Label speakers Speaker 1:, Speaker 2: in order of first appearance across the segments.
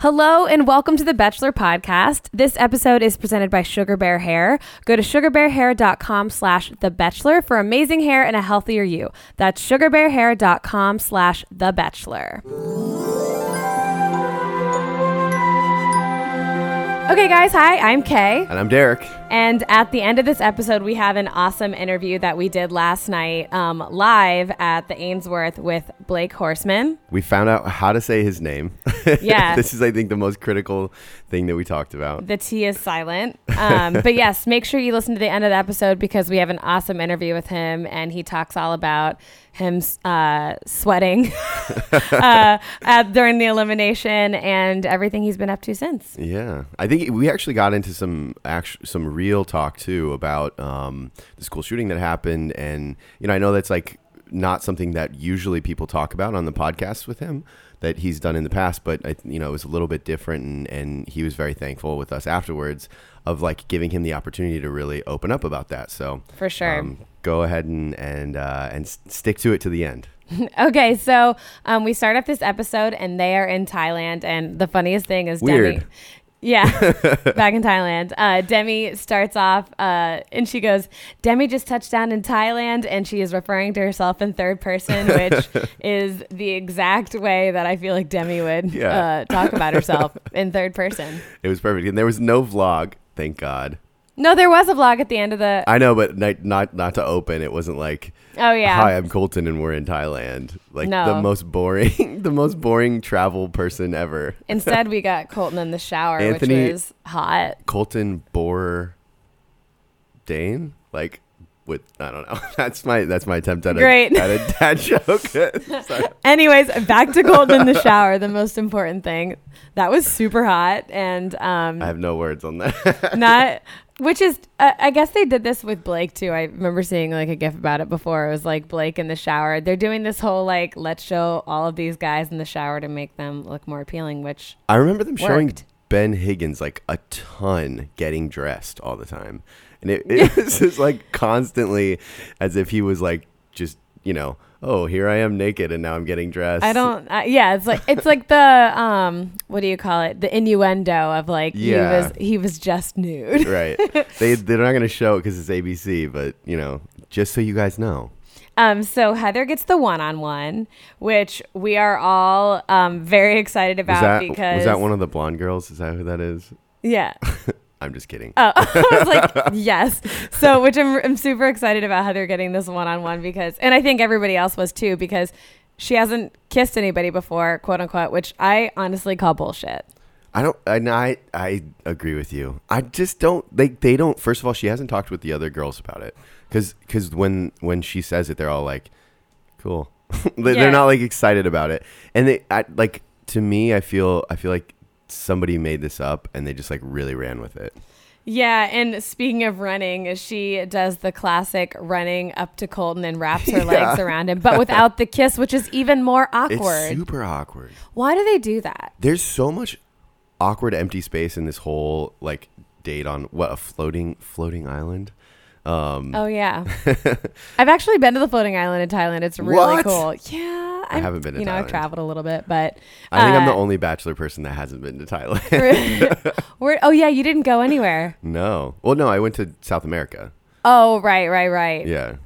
Speaker 1: Hello and welcome to the Bachelor Podcast. This episode is presented by Sugar Bear Hair. Go to sugarbearhair.com slash the Bachelor for amazing hair and a healthier you. That's sugarbearhair.com slash the Bachelor. Okay, guys, hi, I'm Kay.
Speaker 2: And I'm Derek.
Speaker 1: And at the end of this episode, we have an awesome interview that we did last night um, live at the Ainsworth with Blake Horseman.
Speaker 2: We found out how to say his name.
Speaker 1: Yeah.
Speaker 2: this is, I think, the most critical thing that we talked about.
Speaker 1: The T is silent. Um, but yes, make sure you listen to the end of the episode because we have an awesome interview with him and he talks all about him uh, sweating uh, at, during the elimination and everything he's been up to since.
Speaker 2: Yeah, I think we actually got into some actu some real talk too about um, the school shooting that happened, and you know, I know that's like not something that usually people talk about on the podcast with him that he's done in the past, but I, you know, it was a little bit different, and, and he was very thankful with us afterwards of like giving him the opportunity to really open up about that. So
Speaker 1: For
Speaker 2: Um,
Speaker 1: sure.
Speaker 2: go ahead and and uh, and s- stick to it to the end.
Speaker 1: Okay, so um, we start off this episode, and they are in Thailand. And the funniest thing is Demi.
Speaker 2: Weird.
Speaker 1: Yeah, back in Thailand. Uh, Demi starts off, uh, and she goes, "Demi just touched down in Thailand," and she is referring to herself in third person, which is the exact way that I feel like Demi would
Speaker 2: Yeah.
Speaker 1: uh, talk about herself in third person.
Speaker 2: It was perfect, and there was no vlog. Thank God.
Speaker 1: No, there was a vlog at the end of the.
Speaker 2: I know, but not not, not to open. It wasn't like,
Speaker 1: Oh yeah.
Speaker 2: "Hi, I'm Colton, and we're in Thailand." Like
Speaker 1: No.
Speaker 2: the most boring, the most boring travel person ever.
Speaker 1: Instead, we got Colton in the shower,
Speaker 2: Anthony-
Speaker 1: which was hot.
Speaker 2: Colton Boer Dane, like with I don't know. That's my that's my attempt at a,
Speaker 1: Great.
Speaker 2: at a dad joke. Sorry.
Speaker 1: Anyways, back to cold in the shower, the most important thing. That was super hot and um
Speaker 2: I have no words on that.
Speaker 1: not which is uh, I guess they did this with Blake too. I remember seeing like a gif about it before. It was like Blake in the shower. They're doing this whole like let's show all of these guys in the shower to make them look more appealing, which
Speaker 2: I remember them showing
Speaker 1: Worked.
Speaker 2: Ben Higgins like a ton getting dressed all the time. And it, it was just like constantly as if he was like just, you know, oh, here I am naked and now I'm getting dressed.
Speaker 1: I don't. I, yeah, it's like it's like the um, what do you call it? The innuendo of like
Speaker 2: Yeah.
Speaker 1: he was he was just nude.
Speaker 2: Right. they, they're not going to show it because it's ABC, but, you know, just so you guys know.
Speaker 1: Um, so Heather gets the one-on-one, which we are all um, very excited
Speaker 2: Was
Speaker 1: about
Speaker 2: that,
Speaker 1: because
Speaker 2: was that one of the blonde girls? Is that who that is?
Speaker 1: Yeah,
Speaker 2: I'm just kidding.
Speaker 1: oh, I was like yes. So, which I'm, I'm super excited about Heather getting this one-on-one because, and I think everybody else was too because she hasn't kissed anybody before, quote unquote, which I honestly call bullshit.
Speaker 2: I don't, and I, I agree with you. I just don't. They, they don't. First of all, she hasn't talked with the other girls about it, because, when, when she says it, they're all like, "Cool." They-
Speaker 1: Yeah.
Speaker 2: They're not like excited about it, and they, I, like, to me, I feel, I feel like somebody made this up, and they just like really ran with it.
Speaker 1: Yeah, and speaking of running, she does the classic running up to Colton and wraps her legs around him, but without the kiss, which is even more
Speaker 2: It's
Speaker 1: awkward.
Speaker 2: super awkward.
Speaker 1: Why do they do that?
Speaker 2: There's so much awkward empty space in this whole like date on what a floating, floating island. Um,
Speaker 1: Oh yeah, I've actually been to the floating island in Thailand. It's really
Speaker 2: What?
Speaker 1: cool. Yeah, I'm-
Speaker 2: haven't been to
Speaker 1: You know, I've
Speaker 2: Thailand.
Speaker 1: traveled a little bit, but
Speaker 2: I think I'm the
Speaker 1: uh,
Speaker 2: only bachelor person that hasn't been to Thailand.
Speaker 1: Where, oh yeah, you didn't go anywhere.
Speaker 2: No. Well, no, I went to South America.
Speaker 1: Oh right, right, right.
Speaker 2: Yeah.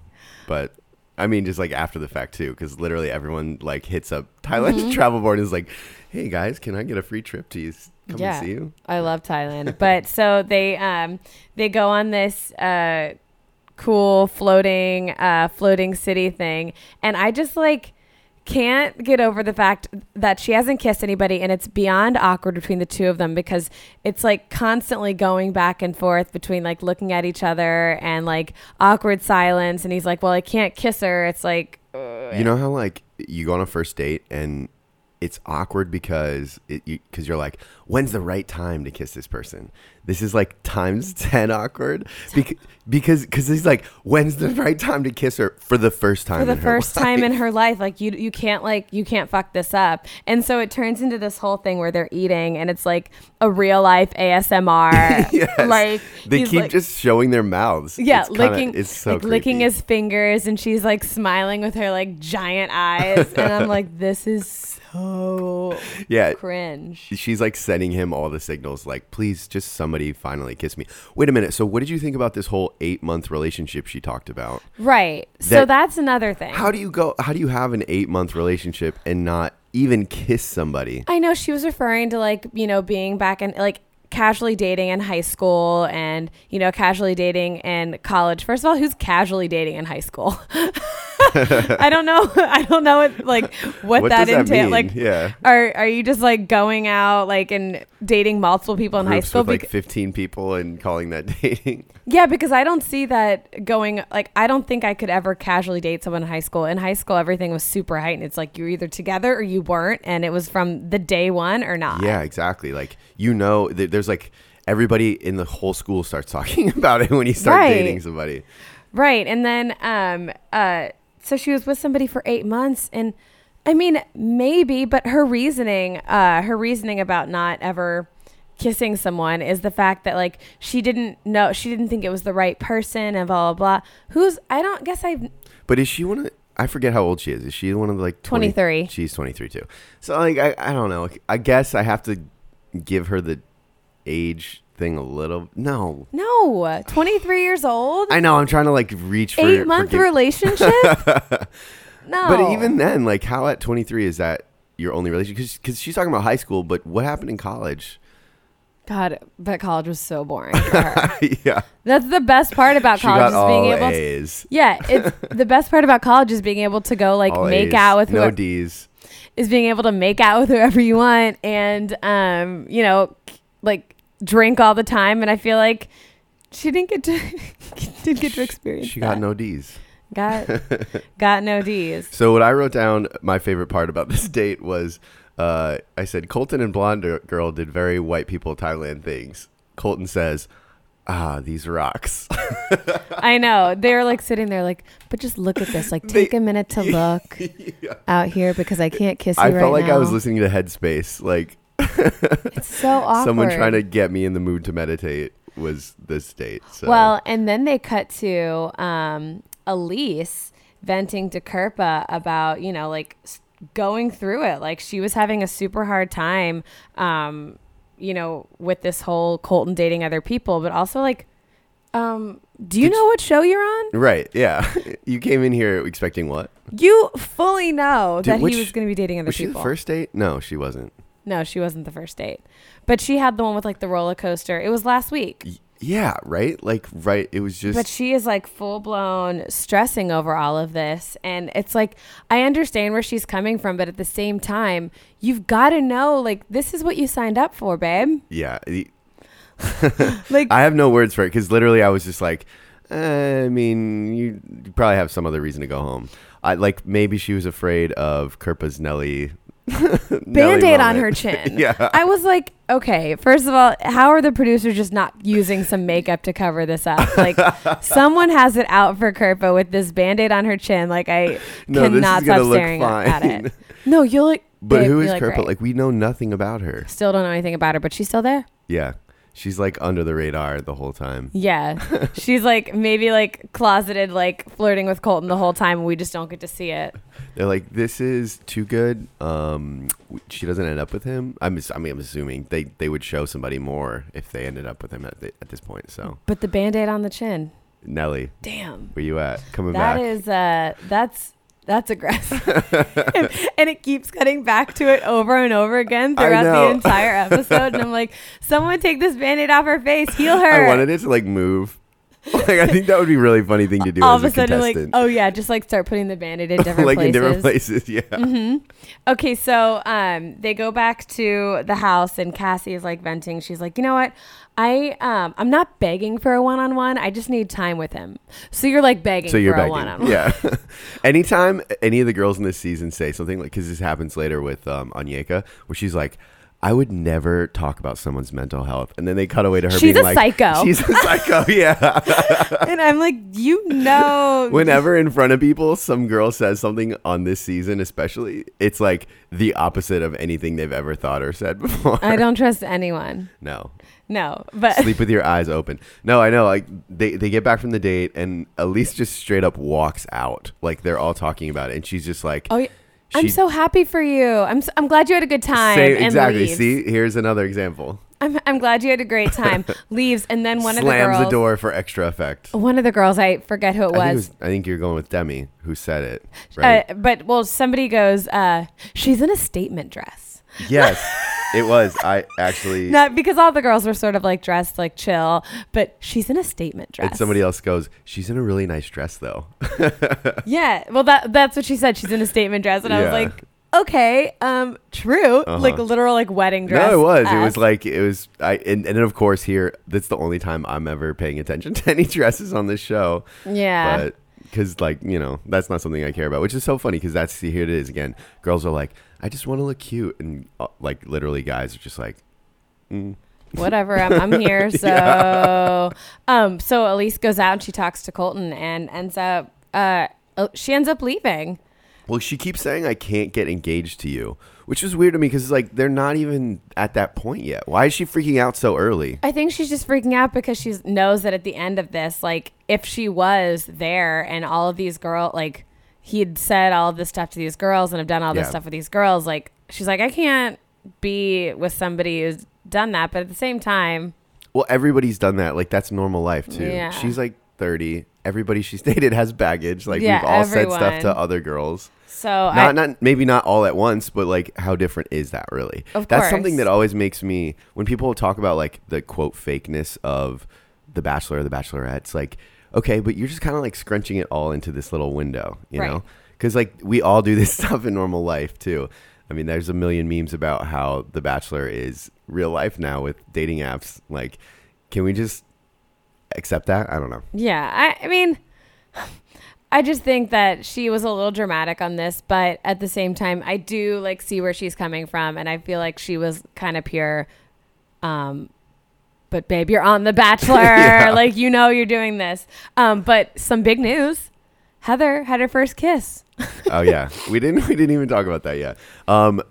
Speaker 2: But I mean, just like after the fact, too, because literally everyone like hits up Thailand
Speaker 1: Mm-hmm.
Speaker 2: Travel Board and is like, hey guys, can I get a free trip to you? s- Come
Speaker 1: Yeah.
Speaker 2: and see you.
Speaker 1: I love Thailand. but so they um they go on this uh cool floating uh floating city thing and I just like can't get over the fact that she hasn't kissed anybody and it's beyond awkward between the two of them because it's like constantly going back and forth between like looking at each other and like awkward silence and he's like well I can't kiss her it's like Oh,
Speaker 2: You know how like you go on a first date and it's awkward because it because you, are like, when's the right time to kiss this person? This is like times ten awkward Bec- because because he's like, when's the right time to kiss her for the first time
Speaker 1: for the
Speaker 2: in her
Speaker 1: first time
Speaker 2: life?"
Speaker 1: in her life like you you can't like you can't fuck this up and so it turns into this whole thing where they're eating and it's like a real life asmr like
Speaker 2: they
Speaker 1: he's,
Speaker 2: keep
Speaker 1: like-
Speaker 2: just showing their mouths.
Speaker 1: yeah
Speaker 2: It's kinda-
Speaker 1: licking
Speaker 2: It's so
Speaker 1: like, licking
Speaker 2: creepy.
Speaker 1: his fingers and she's like smiling with her like giant eyes and i'm like this is so so
Speaker 2: Yeah.
Speaker 1: cringe.
Speaker 2: She's like sending him all the signals, like, please, just somebody finally kiss me. Wait a minute. So, what did you think about this whole eight month relationship she talked about?
Speaker 1: Right. so
Speaker 2: That-
Speaker 1: that's another thing.
Speaker 2: How do you go? How do you have an eight month relationship and not even kiss somebody?
Speaker 1: I know she was referring to like, you know, being back in like casually dating in high school and, you know, casually dating in college. First of all, who's casually dating in high school? I don't know. I don't know what like what,
Speaker 2: What
Speaker 1: that
Speaker 2: does that
Speaker 1: entails.
Speaker 2: mean?
Speaker 1: Like
Speaker 2: Yeah.
Speaker 1: are are you just like going out like and dating multiple people in high
Speaker 2: Groups
Speaker 1: school?
Speaker 2: with like
Speaker 1: Bec-
Speaker 2: 15 people and calling that dating.
Speaker 1: yeah, because I don't see that going like I don't think I could ever casually date someone in high school. In high school everything was super heightened. It's like you're either together or you weren't and it was from the day one or not.
Speaker 2: Yeah, exactly. Like you know, th- there's like everybody in the whole school starts talking about it when you start
Speaker 1: Right.
Speaker 2: dating somebody.
Speaker 1: Right. And then um uh so she was with somebody for 8 months and I mean maybe but her reasoning uh her reasoning about not ever kissing someone is the fact that like she didn't know she didn't think it was the right person and blah blah blah. Who's I don't guess I
Speaker 2: But is she one of? the- I forget how old she is. Is she one of the, like 20
Speaker 1: 23.
Speaker 2: She's 23 too. So like I, I don't know. I guess I have to give her the age thing a little. No,
Speaker 1: No, 23 years old?
Speaker 2: I know. I'm trying to like reach for
Speaker 1: 8 month
Speaker 2: forgive-
Speaker 1: relationship? no.
Speaker 2: But even then, like how at 23 is that your only relationship? Because she's talking about high school, but what happened in college?
Speaker 1: God, but college was so boring. for her.
Speaker 2: yeah,
Speaker 1: That's the best part about
Speaker 2: she got
Speaker 1: college is being
Speaker 2: all
Speaker 1: able to
Speaker 2: A's.
Speaker 1: Yeah, it's the best part about college is being able to go like
Speaker 2: all
Speaker 1: make
Speaker 2: A's.
Speaker 1: out with
Speaker 2: no
Speaker 1: whoever,
Speaker 2: D's.
Speaker 1: is being able to make out with whoever you want and um you know k- like drink all the time and I feel like she didn't get to didn't get to experience
Speaker 2: She
Speaker 1: that.
Speaker 2: got no D's.
Speaker 1: got got no D's.
Speaker 2: So what I wrote down, my favorite part about this date was, uh, I said Colton and blonde girl did very white people Thailand things. Colton says, "Ah, these rocks."
Speaker 1: I know they're like sitting there like, but just look at this. Like,
Speaker 2: They-
Speaker 1: take a minute to look out here because I can't kiss you
Speaker 2: I
Speaker 1: right
Speaker 2: felt like I was
Speaker 1: now.
Speaker 2: listening to Headspace, like
Speaker 1: It's so awkward.
Speaker 2: someone trying to get me in the mood to meditate was this date. So.
Speaker 1: Well, and then they cut to um, Elise venting to Kerpa about, you know, like s- going through it. Like she was having a super hard time, um, you know, with this whole Colton dating other people, but also like, um, do you
Speaker 2: Did
Speaker 1: know what show you're on?
Speaker 2: right, yeah. you came in here expecting what?
Speaker 1: You fully know
Speaker 2: Dude,
Speaker 1: that
Speaker 2: which-
Speaker 1: he was going to be dating other
Speaker 2: Was she
Speaker 1: people.
Speaker 2: the first date? No, she wasn't.
Speaker 1: No, she wasn't the first date, but she had the one with like the roller coaster. It was last week.
Speaker 2: Y- yeah, right. Like right. It was just.
Speaker 1: But she is like full blown stressing over all of this. And it's like, I understand where she's coming from, but at the same time, you've got to know like, this is what you signed up for, babe.
Speaker 2: yeah. y-
Speaker 1: Like,
Speaker 2: I have no words for it because literally I was just like, eh, I mean, you you probably have some other reason to go home. I like maybe she was afraid of Kerpa's Nelly.
Speaker 1: band aid on her
Speaker 2: moment.
Speaker 1: chin.
Speaker 2: yeah.
Speaker 1: I was like, okay, first of all, how are the producers just not using some makeup to cover this up? Like, someone has it out for Kerpa with this band aid on her chin. Like, I
Speaker 2: No, this
Speaker 1: cannot
Speaker 2: is gonna
Speaker 1: stop
Speaker 2: look
Speaker 1: staring at
Speaker 2: fine.
Speaker 1: it. No, you'll like,
Speaker 2: But
Speaker 1: babe,
Speaker 2: who
Speaker 1: you're
Speaker 2: is
Speaker 1: like,
Speaker 2: Kerpa?
Speaker 1: right.
Speaker 2: Like we know nothing about her.
Speaker 1: still don't know anything about her, but she's still there.
Speaker 2: Yeah. She's like under the radar the whole time.
Speaker 1: Yeah. She's like maybe like closeted, like flirting with Colton the whole time. and We just don't get to see it.
Speaker 2: They're like, this is too good. Um, w- she doesn't end up with him. I'm, ass- I mean, I'm assuming they, they would show somebody more if they ended up with him at, the, at this point. So
Speaker 1: But the band aid on the chin.
Speaker 2: Nelly,
Speaker 1: Damn.
Speaker 2: where you at? Coming
Speaker 1: That
Speaker 2: back.
Speaker 1: is uh that's that's aggressive. and, and it keeps cutting back to it over and over again
Speaker 2: I
Speaker 1: throughout the
Speaker 2: know.
Speaker 1: entire episode. And I'm like, someone take this band aid off her face, heal her.
Speaker 2: I wanted it to like move. Like I think that would be a really funny thing to do
Speaker 1: All
Speaker 2: as
Speaker 1: of a sudden, I'm like,
Speaker 2: contestant.
Speaker 1: oh yeah, just like start putting the band aid in different
Speaker 2: like
Speaker 1: places.
Speaker 2: in different places, yeah.
Speaker 1: Mm-hmm. Okay, so um, they go back to the house, and Cassie is like venting. She's like, "You know what? I um, I'm not begging for a one-on-one. I just need time with him." So you're like begging
Speaker 2: So you're
Speaker 1: for a
Speaker 2: begging,
Speaker 1: one-on-one.
Speaker 2: yeah. Anytime any of the girls in this season say something like, because this happens later with um, Onyeka, where she's like, "I would never talk about someone's mental health," and then they cut away to her
Speaker 1: She's
Speaker 2: being
Speaker 1: a
Speaker 2: like,
Speaker 1: psycho.
Speaker 2: "She's a psycho." Yeah.
Speaker 1: and I'm like, you know,
Speaker 2: Whenever in front of people, some girl says something on this season, especially, it's like the opposite of anything they've ever thought or said before.
Speaker 1: I don't trust anyone.
Speaker 2: no.
Speaker 1: No, but
Speaker 2: sleep with your eyes open. No, I know. Like they, they get back from the date, and Elise just straight up walks out. Like they're all talking about it, and she's just like,
Speaker 1: oh, yeah. I'm
Speaker 2: She-
Speaker 1: so happy for you. I'm s am glad you had a good time.
Speaker 2: Say-
Speaker 1: and
Speaker 2: exactly.
Speaker 1: leaves.
Speaker 2: See, here's another example.
Speaker 1: I'm, I'm glad you had a great time. leaves and then one of the
Speaker 2: Slams
Speaker 1: girls
Speaker 2: the, door for extra effect.
Speaker 1: One of the girls, I forget who it
Speaker 2: I think, it
Speaker 1: was,
Speaker 2: was, I think you're going with Demi, who said it. Right?
Speaker 1: uh, but well, somebody goes, uh, "She's in a statement dress."
Speaker 2: yes, it was. I actually.
Speaker 1: Not because all the girls were sort of like dressed like chill, but she's in a statement dress.
Speaker 2: And somebody else goes, she's in a really nice dress, though.
Speaker 1: Yeah, well, that that's what she said. She's in a statement dress, and I
Speaker 2: Yeah. Uh-huh.
Speaker 1: was like, okay, um, true, like literal like wedding dress.
Speaker 2: No, it was. It was
Speaker 1: ass.
Speaker 2: like it was. I and, and then of course here, that's the only time I'm ever paying attention to any dresses on this show.
Speaker 1: yeah.
Speaker 2: But because like you know, that's not something I care about, which is so funny because that's see, here it is again. Girls are like, I just want to look cute, and uh, like literally, guys are just like,
Speaker 1: whatever I'm, I'm here so um so elise goes out and she talks to colton and ends up uh uh, she ends up leaving
Speaker 2: Well, she keeps saying I can't get engaged to you, which is weird to me because like they're not even at that point yet. Why is she freaking out so early?
Speaker 1: i think she's just freaking out because she knows that at the end of this like if she was there and all of these girls like he had said all of this stuff to these girls and have done all this
Speaker 2: Yeah.
Speaker 1: stuff with these girls like she's like i can't be with somebody who's done that but at the same time
Speaker 2: Well, everybody's done that. Like that's normal life too.
Speaker 1: Yeah.
Speaker 2: She's like thirty. Everybody she's dated has baggage. Like
Speaker 1: Yeah,
Speaker 2: we've all said stuff
Speaker 1: everyone.
Speaker 2: to other girls.
Speaker 1: so
Speaker 2: Not
Speaker 1: I,
Speaker 2: not maybe not all at once, but like how different is that really?
Speaker 1: Of
Speaker 2: That's
Speaker 1: course.
Speaker 2: something that always makes me when people talk about like the quote fakeness of the bachelor or the bachelorette. It's like okay, but you're just kind of like scrunching it all into this little window, you
Speaker 1: Right.
Speaker 2: know? Because like we all do this stuff in normal life too. I mean, there's a million memes about how the bachelor is real life now with dating apps. Like, can we just accept that? I don't know.
Speaker 1: Yeah, I, I mean, I just think that she was a little dramatic on this, but at the same time, I do like see where she's coming from, and I feel like she was kind of pure. Um, but babe, you're on The Bachelor,
Speaker 2: Yeah.
Speaker 1: like you know you're doing this. Um, but some big news: Heather had her first kiss.
Speaker 2: oh yeah, we didn't we didn't even talk about that yet. Um,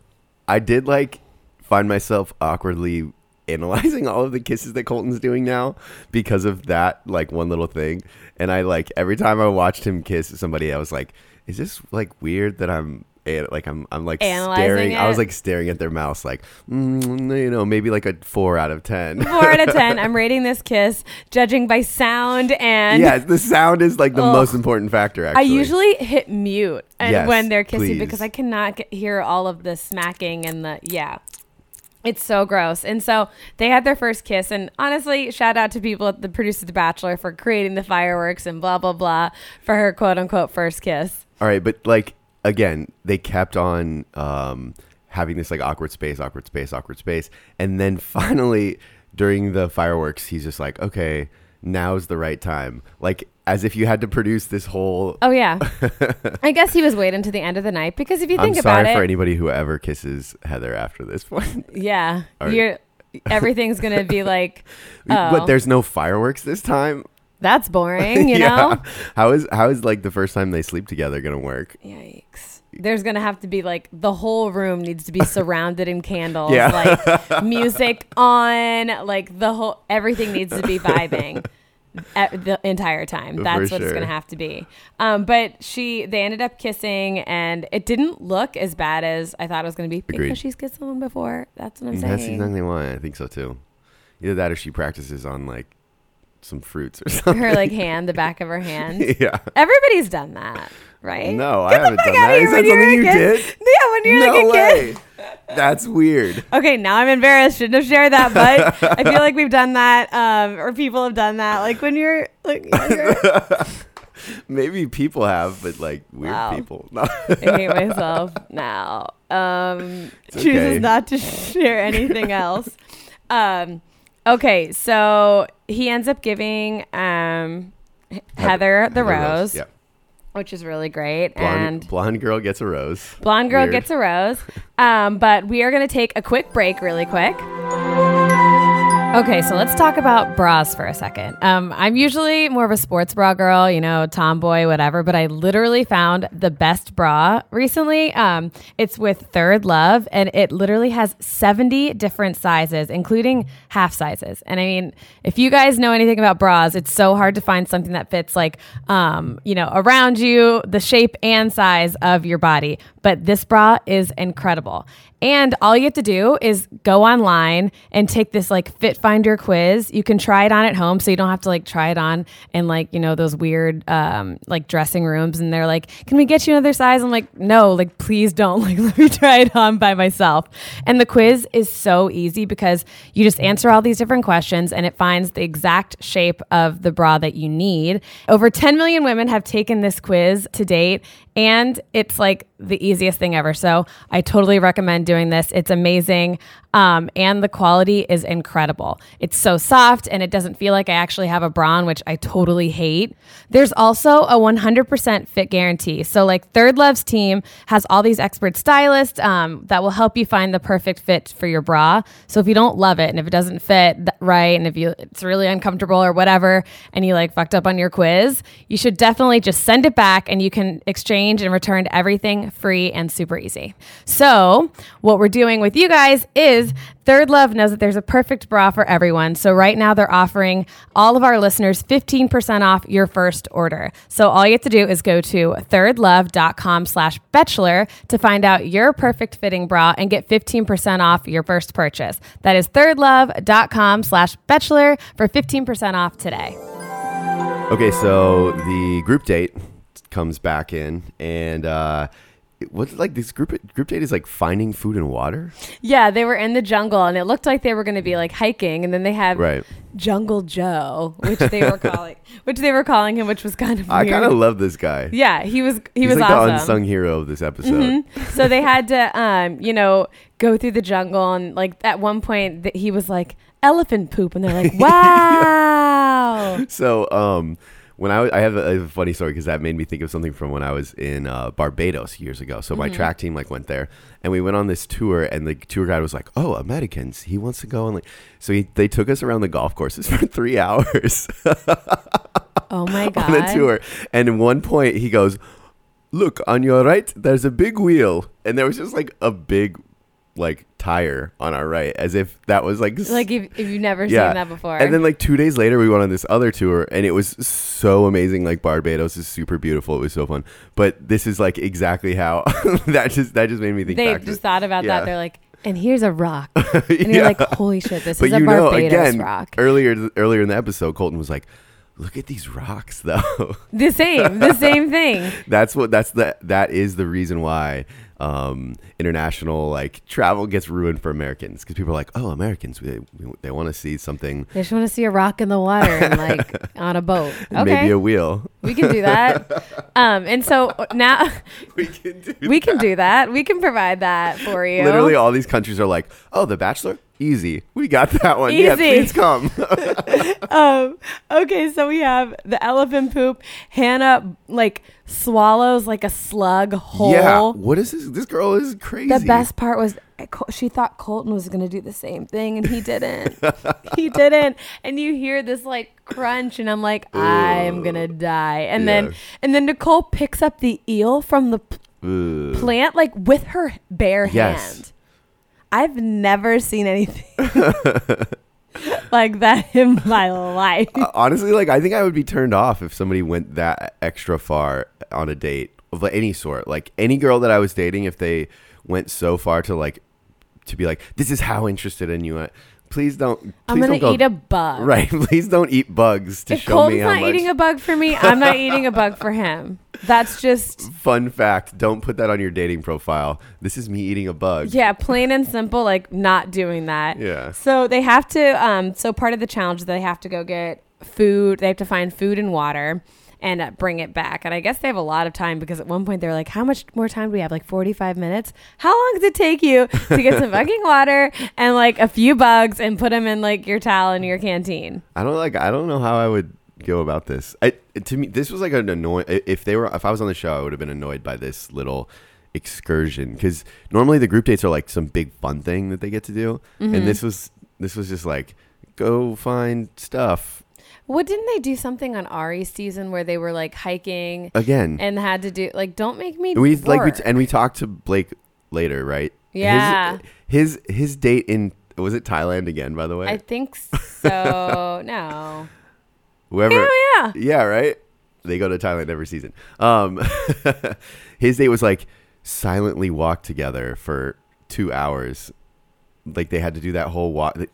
Speaker 2: I did like find myself awkwardly analyzing all of the kisses that Colton's doing now because of that like one little thing, and I like every time I watched him kiss somebody, I was like, is this like weird that I'm. an- like I'm, I'm like
Speaker 1: Analyzing
Speaker 2: staring. I was
Speaker 1: it?
Speaker 2: like staring at their mouths, like mm, you know, maybe like a four out of ten.
Speaker 1: Four out of ten. I'm rating this kiss, judging by sound and.
Speaker 2: yeah, the sound is like the
Speaker 1: Ugh.
Speaker 2: most important factor. Actually,
Speaker 1: I usually hit mute and
Speaker 2: Yes,
Speaker 1: when they're kissing
Speaker 2: please.
Speaker 1: because I cannot get, hear all of the smacking and the yeah. It's so gross. And so they had their first kiss. And honestly, shout out to people at the producers of The Bachelor for creating the fireworks and blah, blah, blah for her quote unquote first kiss.
Speaker 2: All right, but like again, they kept on um, having this like awkward space, awkward space, awkward space, and then finally during the fireworks, he's just like, "Okay, now's the right time." Like as if you had to produce this whole.
Speaker 1: Oh, yeah. I guess he was waiting to the end of the night because if you
Speaker 2: I'm
Speaker 1: think
Speaker 2: sorry
Speaker 1: about it,
Speaker 2: for anybody who ever kisses Heather after this point,
Speaker 1: yeah,
Speaker 2: Or-
Speaker 1: you're, everything's going to be like,
Speaker 2: but
Speaker 1: oh,
Speaker 2: there's no fireworks this time.
Speaker 1: that's boring, you know?
Speaker 2: how is how is like the first time they sleep together gonna work?
Speaker 1: Yikes. There's going to have to be like the whole room needs to be surrounded in candles,
Speaker 2: Yeah.
Speaker 1: like music on, like the whole everything needs to be vibing at the entire time. That's what it's
Speaker 2: sure.
Speaker 1: going to have to be. Um, but she they ended up kissing and it didn't look as bad as I thought it was going to be
Speaker 2: Agreed.
Speaker 1: because she's kissed someone before. That's what I'm
Speaker 2: Mm, That's
Speaker 1: saying.
Speaker 2: exactly why I think so too. Either that, or she practices on like some fruits or something.
Speaker 1: her like hand, the back of her hand.
Speaker 2: yeah.
Speaker 1: Everybody's done that, right? Oh
Speaker 2: No, I
Speaker 1: Get
Speaker 2: haven't
Speaker 1: the fuck
Speaker 2: done
Speaker 1: out
Speaker 2: that.
Speaker 1: of here
Speaker 2: Is
Speaker 1: when
Speaker 2: that
Speaker 1: you were
Speaker 2: something
Speaker 1: a
Speaker 2: you
Speaker 1: kid.
Speaker 2: did?
Speaker 1: Yeah, when you're like a
Speaker 2: no
Speaker 1: kid.
Speaker 2: way. That's weird.
Speaker 1: Okay, now I'm embarrassed. Shouldn't have shared that, but I feel like we've done that, um, or people have done that. Like when you're like, when you're,
Speaker 2: Maybe people have, but like weird
Speaker 1: Wow.
Speaker 2: people. No.
Speaker 1: I hate myself now. Um,
Speaker 2: It's okay.
Speaker 1: Chooses not to share anything else. Um, okay, so he ends up giving um, H- Heather, the rose,
Speaker 2: Yeah.
Speaker 1: which is really great,
Speaker 2: Blonde,
Speaker 1: and
Speaker 2: blonde girl gets a rose.
Speaker 1: blonde girl
Speaker 2: Weird.
Speaker 1: gets a rose. Um, but we are going to take a quick break, really quick. Okay, so let's talk about bras for a second. Um, I'm usually more of a sports bra girl, you know, tomboy, whatever, but I literally found the best bra recently. Um, it's with Third Love, and it literally has 70 different sizes, including half sizes. And I mean, if you guys know anything about bras, it's so hard to find something that fits, like, um, you know, around you, the shape and size of your body. But this bra is incredible. And all you have to do is go online and take this like fit finder quiz. You can try it on at home so you don't have to like try it on in like, you know, those weird um like dressing rooms and they're like, "Can we get you another size?" I'm like, "No, like please don't. Like let me try it on by myself." And the quiz is so easy because you just answer all these different questions and it finds the exact shape of the bra that you need. Over 10 million women have taken this quiz to date and it's like the easiest thing ever. So I totally recommend doing this. It's amazing. Um, and the quality is incredible. It's so soft and it doesn't feel like I actually have a bra on, which I totally hate. There's also a 100% fit guarantee. So, like, Third Love's team has all these expert stylists um, that will help you find the perfect fit for your bra. So, if you don't love it and if it doesn't fit th- right and if you it's really uncomfortable or whatever and you like fucked up on your quiz, you should definitely just send it back and you can exchange and returned everything free and super easy. So, what we're doing with you guys is Third Love knows that there's a perfect bra for everyone. So, right now they're offering all of our listeners 15% off your first order. So, all you have to do is go to thirdlove.com slash bachelor to find out your perfect fitting bra and get 15% off your first purchase. That is thirdlove.com slash bachelor for 15% off today.
Speaker 2: Okay, so the group date comes back in and uh it- what's like this group group date is like finding food and water
Speaker 1: Yeah, they were in the jungle and it looked like they were going to be like hiking and then they have
Speaker 2: right
Speaker 1: Jungle Joe, which they were calling which they were calling him, which was kind of
Speaker 2: i
Speaker 1: weird.
Speaker 2: kind of love this guy
Speaker 1: yeah, he was he
Speaker 2: he's
Speaker 1: was
Speaker 2: like the
Speaker 1: awesome. Mm-hmm.
Speaker 2: unsung hero of this episode
Speaker 1: so they had to um, you know, go through the jungle and like at one point th- he was like elephant poop and they're like, "Wow."
Speaker 2: so um when I, w- I have a, I have a funny story because that made me think of something from when I was in uh, Barbados years ago. So my
Speaker 1: Mm-hmm.
Speaker 2: track team like went there, and we went on this tour, and the tour guide was like, "Oh, Americans, he wants to go," and like, so he, they took us around the golf courses for three hours.
Speaker 1: oh my god.
Speaker 2: on a tour. And at one point, he goes, "Look on your right, there's a big wheel," and there was just like a big, like tire on our right, as if that was like s-
Speaker 1: Like if, if you've never seen that before.
Speaker 2: And then like two days later, we went on this other tour, and it was so amazing. Like Barbados is super beautiful. It was so fun. But this is like exactly how that just that just made me think.
Speaker 1: they
Speaker 2: back
Speaker 1: just
Speaker 2: to,
Speaker 1: thought about
Speaker 2: yeah.
Speaker 1: that. They're like, "And here's a rock."
Speaker 2: thought,
Speaker 1: And you're like, "Holy shit, this
Speaker 2: but
Speaker 1: is a
Speaker 2: you know,
Speaker 1: Barbados
Speaker 2: again,
Speaker 1: rock."
Speaker 2: earlier earlier in the episode, Colton was like, "Look at these rocks, though."
Speaker 1: The same, the same thing.
Speaker 2: that's what that's the that is the reason why um international like travel gets ruined for americans because people are like oh americans we, we, they want to see something
Speaker 1: They just want to see a rock in the water and like on a boat. Okay,
Speaker 2: maybe a wheel
Speaker 1: we can do that. Um, and so now
Speaker 2: we can do
Speaker 1: we can do that. We can provide that for you.
Speaker 2: literally all these countries are like oh the bachelor easy we got that one yeah
Speaker 1: Easy.
Speaker 2: please come
Speaker 1: Um, okay, so we have the elephant poop. Hannah like swallows like a slug whole.
Speaker 2: yeah what is this this girl is crazy
Speaker 1: The best part was uh, Col- she thought Colton was going to do the same thing and he didn't. he didn't. And you hear this like crunch and I'm like I'm going to die. And
Speaker 2: Yeah.
Speaker 1: then and then Nicole picks up the eel from the p-
Speaker 2: Ugh.
Speaker 1: plant like with her bare
Speaker 2: Yes.
Speaker 1: hand. I've never seen anything like that in my life.
Speaker 2: Uh, honestly, like I think I would be turned off if somebody went that extra far on a date of any sort. Like any girl that I was dating, if they went so far to like to be like, "This is how interested in you," I, please don't. Please
Speaker 1: I'm gonna
Speaker 2: don't go,
Speaker 1: eat a bug.
Speaker 2: Right, please don't eat bugs to
Speaker 1: If
Speaker 2: show
Speaker 1: Colton's
Speaker 2: me how
Speaker 1: not
Speaker 2: much.
Speaker 1: eating a bug for me, I'm not eating a bug for him. That's just
Speaker 2: Fun fact: Don't put that on your dating profile. This is me eating a bug.
Speaker 1: Yeah, plain and simple, like not doing that.
Speaker 2: Yeah.
Speaker 1: So they have to. Um, so part of the challenge, is they have to go get food. They have to find food and water and uh, bring it back. And I guess they have a lot of time because at one point they're like, "How much more time do we have? Like forty-five minutes? How long does it take you to get some fucking water and like a few bugs and put them in like your towel in your canteen?"
Speaker 2: I don't like. I don't know how I would go about this. I to me, this was like an annoy. i- If they were, if I was on the show, I would have been annoyed by this little excursion because
Speaker 1: Mm-hmm.
Speaker 2: normally the group dates are like some big fun thing that they get to do, and this was this was just like go find stuff
Speaker 1: Well, didn't they do something on Ari's season where they were like hiking
Speaker 2: again.
Speaker 1: and had to do like don't make me
Speaker 2: And we like we
Speaker 1: work.
Speaker 2: t- and we talked to Blake later, right? His-
Speaker 1: Yeah.
Speaker 2: His his, date in was it Thailand again? By the way,
Speaker 1: I think so. no.
Speaker 2: whoever.
Speaker 1: Yeah, yeah.
Speaker 2: Yeah, right. They go to Thailand every season. Um, his date was like silently walk together for two hours. Like they had to do that whole walk. Like,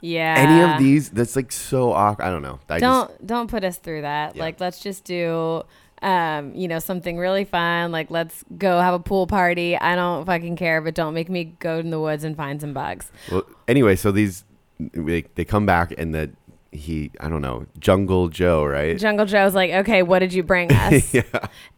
Speaker 1: Yeah.
Speaker 2: Any of these? That's like so awkward. I don't know. I
Speaker 1: Ah. don't don't put us through that.
Speaker 2: Yeah.
Speaker 1: Like let's just do um, you know, something really fun. Like let's go have a pool party. I don't fucking care, but don't make me go in the woods and find some bugs.
Speaker 2: Just, well, anyway, so these they, they come back and the he I don't know Jungle Joe right.
Speaker 1: Jungle Joe's like, okay, what did you bring us?
Speaker 2: yeah.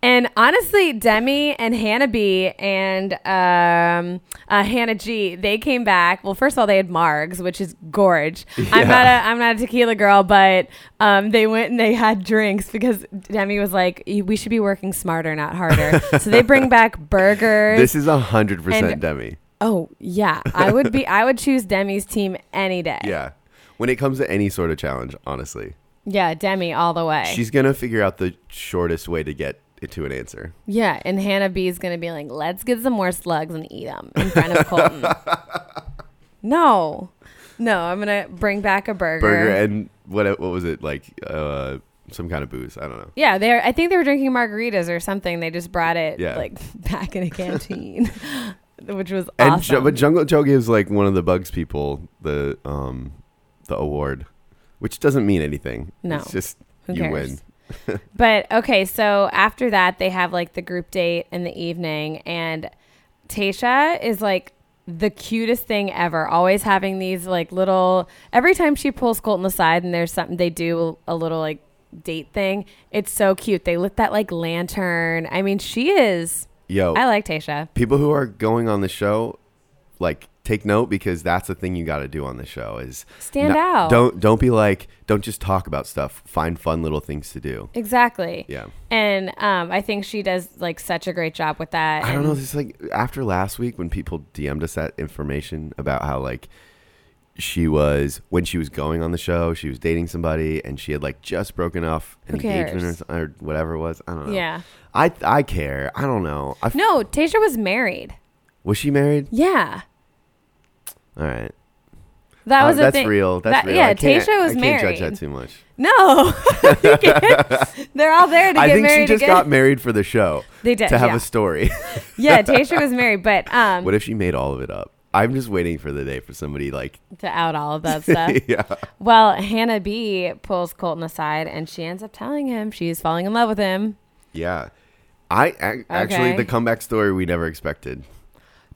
Speaker 1: And honestly, Demi and Hannah B and um, uh, Hannah G, they came back. Well, first of all, they had Margs, which is gorge. I'm not a I'm not a tequila girl, but um, they went and they had drinks because Demi was like, "Y- we should be working smarter, not harder. so they bring back burgers.
Speaker 2: This is a hundred percent
Speaker 1: And-
Speaker 2: Demi.
Speaker 1: oh yeah, I would be I would choose Demi's team any day.
Speaker 2: Yeah. When it comes to any sort of challenge, honestly,
Speaker 1: Yeah, Demi all the way.
Speaker 2: she's gonna figure out the shortest way to get it to an answer.
Speaker 1: yeah, and Hannah B is gonna be like, let's get some more slugs and eat them in front of Colton. no, no, I'm gonna bring back a burger.
Speaker 2: burger and what what was it like uh some kind of booze i don't know
Speaker 1: yeah, they. I think they were drinking margaritas or something. They just brought it
Speaker 2: Yeah.
Speaker 1: like back in a canteen, which was
Speaker 2: and Ju-
Speaker 1: awesome.
Speaker 2: but jungle joe gives like one of the bugs people the um the award which doesn't mean anything
Speaker 1: No.
Speaker 2: it's just
Speaker 1: Who
Speaker 2: you
Speaker 1: cares?
Speaker 2: win
Speaker 1: But okay, so after that, they have like the group date in the evening, and Tasha is like the cutest thing ever. Always having these like little. Every time she pulls Colton aside, and there's something they do a little like date thing. It's so cute. They lit that like lantern. I mean, she is.
Speaker 2: yo
Speaker 1: I like Tasha.
Speaker 2: people who are going on the show like take note because that's the thing you got to do on the show is
Speaker 1: Stand
Speaker 2: no-
Speaker 1: out.
Speaker 2: don't don't be like don't just talk about stuff find fun little things to do
Speaker 1: Exactly.
Speaker 2: yeah
Speaker 1: And um, I think she does like such a great job with that.
Speaker 2: I don't
Speaker 1: and-
Speaker 2: know. It's like after last week when people DM'd us that information about how like she was when she was going on the show, she was dating somebody and she had like just broken off an
Speaker 1: Who
Speaker 2: engagement or,
Speaker 1: cares?
Speaker 2: so- or whatever it was. I don't know.
Speaker 1: Yeah.
Speaker 2: I I care. I don't know. I f-
Speaker 1: No, Tasha was married.
Speaker 2: Was she married?
Speaker 1: Yeah.
Speaker 2: All right.
Speaker 1: That
Speaker 2: Uh,
Speaker 1: was a
Speaker 2: that's
Speaker 1: thing.
Speaker 2: real. That's
Speaker 1: that-
Speaker 2: real.
Speaker 1: Yeah,
Speaker 2: I can't,
Speaker 1: Tasha was
Speaker 2: I can't
Speaker 1: married.
Speaker 2: judge that too much.
Speaker 1: No, You can't. they're all there to
Speaker 2: I
Speaker 1: get
Speaker 2: think she
Speaker 1: married
Speaker 2: just
Speaker 1: again.
Speaker 2: got married for the show
Speaker 1: they did.
Speaker 2: to have
Speaker 1: yeah.
Speaker 2: a story.
Speaker 1: yeah, Tasha was married, but um,
Speaker 2: what if she made all of it up? I'm just waiting for the day for somebody like
Speaker 1: to out all of that stuff.
Speaker 2: yeah.
Speaker 1: well, Hannah B pulls Colton aside, and she ends up telling him she's falling in love with him.
Speaker 2: Yeah. I ac- actually
Speaker 1: Okay.
Speaker 2: the comeback story we never expected.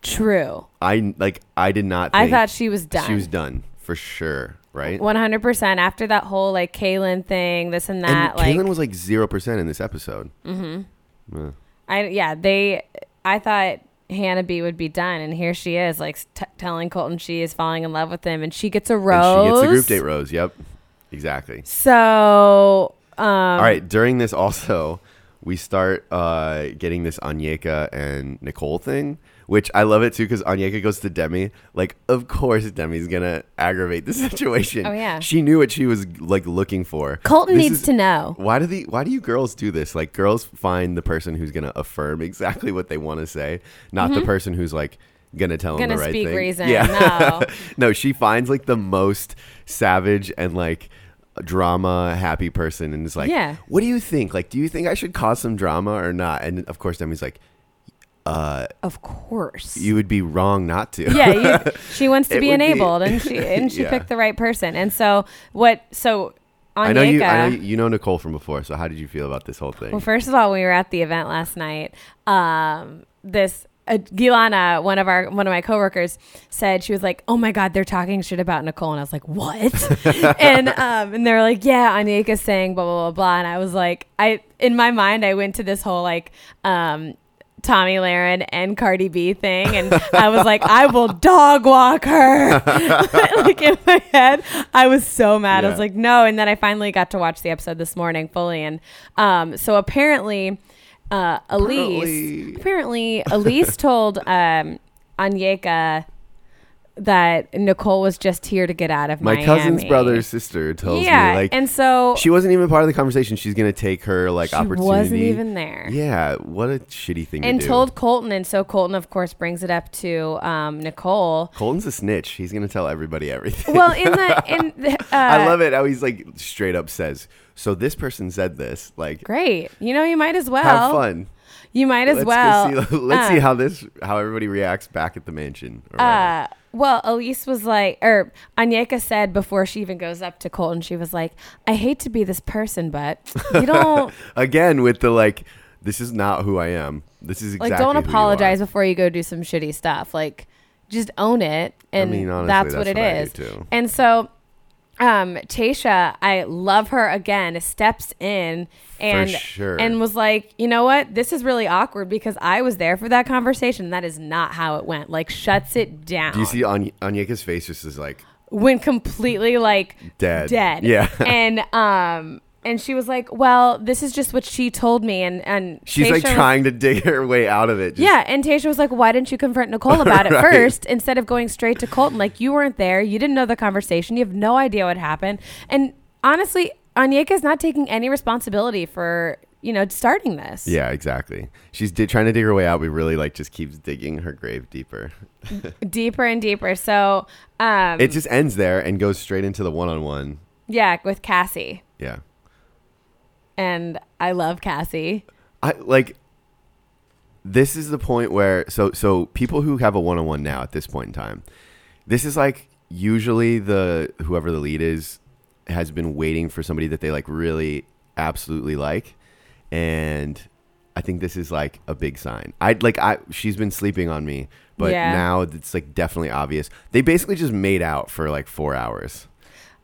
Speaker 1: True.
Speaker 2: I like I did not
Speaker 1: I
Speaker 2: think
Speaker 1: thought she was done.
Speaker 2: she was done for sure, right?
Speaker 1: One hundred percent. After that whole like Kaylin thing, this and
Speaker 2: and
Speaker 1: that, like
Speaker 2: Caitlyn was like 0% in this episode. Mhm.
Speaker 1: I yeah they I thought Hannah B would be done, and here she is like t- telling Colton she is falling in love with him, and she gets a rose.
Speaker 2: And she gets the group date rose. Yep. Exactly.
Speaker 1: So um,
Speaker 2: All right, during this also we start uh, getting this Anyeka and Nicole thing, which I love it too because Anyeka goes to Demi. Like, of course Demi's gonna aggravate the situation.
Speaker 1: Oh, yeah.
Speaker 2: she knew what she was like looking for.
Speaker 1: Colton
Speaker 2: This
Speaker 1: needs
Speaker 2: is-
Speaker 1: to know.
Speaker 2: Why do the why do you girls do this? Like girls find the person who's gonna affirm exactly what they want to say, not the person who's like gonna tell them
Speaker 1: Mm-hmm. Gonna
Speaker 2: the right
Speaker 1: speak
Speaker 2: thing.
Speaker 1: reason.
Speaker 2: Yeah. No. she finds like the most savage and like drama happy person and is like,
Speaker 1: Yeah.
Speaker 2: what do you think? Like, do you think I should cause some drama or not? And of course Demi's like, "Uh,
Speaker 1: Of course.
Speaker 2: you would be wrong not to.
Speaker 1: yeah, you, she wants to
Speaker 2: It
Speaker 1: be
Speaker 2: would be-
Speaker 1: enabled, and she and she
Speaker 2: Yeah.
Speaker 1: picked the right person. And so what? So Anyeka.
Speaker 2: I know you I know you- you know Nicole from before, so how did you feel about this whole thing?
Speaker 1: Well, first of all, we were at the event last night. Um, this uh, Gilana, one of our one of my coworkers, said she was like, "Oh my God, they're talking shit about Nicole," and I was like, "What?" and um, and they were like, "Yeah, Anika's saying blah blah blah blah," and I was like, I in my mind, I went to this whole like. Um, Tommy Laren and Cardi B thing, and I was like, I will dog walk her. like in my head, I was so mad. I was
Speaker 2: Yeah.
Speaker 1: like, no. And then I finally got to watch the episode this morning fully, and um, so apparently, uh, Elise,
Speaker 2: Apparently.
Speaker 1: apparently, Elise told um, Anyeka that Nicole was just here to get out of
Speaker 2: My
Speaker 1: Miami.
Speaker 2: cousin's brother's sister tells
Speaker 1: yeah,
Speaker 2: me like
Speaker 1: and so
Speaker 2: she wasn't even part of the conversation. She's gonna take her like
Speaker 1: she
Speaker 2: opportunity.
Speaker 1: wasn't even there.
Speaker 2: Yeah, what a shitty thing
Speaker 1: and
Speaker 2: to do.
Speaker 1: told Colton, and so Colton, of course, brings it up to um, Nicole.
Speaker 2: Colton's a snitch. He's gonna tell everybody everything.
Speaker 1: Well, in the in the, uh,
Speaker 2: I love it how he's like straight up says. So this person said this. Like,
Speaker 1: Great, you know, you might as well
Speaker 2: have fun.
Speaker 1: You might as
Speaker 2: Let's go
Speaker 1: well.
Speaker 2: see, let's see
Speaker 1: Um,
Speaker 2: how this how everybody reacts back at the mansion. or whatever.
Speaker 1: Uh, well, Elise was like, or Anyeka said before she even goes up to Colton, she was like, "I hate to be this person, but you don't
Speaker 2: Again with the like, this is not who I am. This is exactly
Speaker 1: like don't
Speaker 2: who you are."
Speaker 1: apologize before you go do some shitty stuff. Like, just own it, and
Speaker 2: mean, honestly,
Speaker 1: that's, what
Speaker 2: that's
Speaker 1: it
Speaker 2: what I
Speaker 1: is."
Speaker 2: do, too.
Speaker 1: And so, um, Tasha, I love her again. Steps in and
Speaker 2: sure.
Speaker 1: and was like, you know what? This is really awkward because I was there for that conversation. That is not how it went. Like, shuts it down.
Speaker 2: Do you see Any- Anyeka's face just is like
Speaker 1: when completely like
Speaker 2: Dead.
Speaker 1: dead
Speaker 2: Yeah.
Speaker 1: and um and she was like well this is just what she told me and and
Speaker 2: she's like
Speaker 1: Tayshia was-
Speaker 2: trying to dig her way out of it. Just-
Speaker 1: yeah, and Tasha was like, "Why didn't you confront Nicole about it
Speaker 2: Right.
Speaker 1: first instead of going straight to Colton? Like, you weren't there, you didn't know the conversation, you have no idea what happened." And honestly, Anyeka's not taking any responsibility for you know starting this.
Speaker 2: Yeah, exactly. She's di- trying to dig her way out, but really like just keeps digging her grave deeper.
Speaker 1: deeper and deeper. So, um,
Speaker 2: It just ends there and goes straight into the one-on-one.
Speaker 1: yeah, with Cassie,
Speaker 2: Yeah,
Speaker 1: and I love Cassie.
Speaker 2: I like. This is the point where so so people who have a one-on-one now at this point in time, this is like usually the whoever the lead is has been waiting for somebody that they like really absolutely like, and I think this is like a big sign. I like I she's been sleeping on me, but
Speaker 1: Yeah.
Speaker 2: now it's like definitely obvious. They basically just made out for like four hours.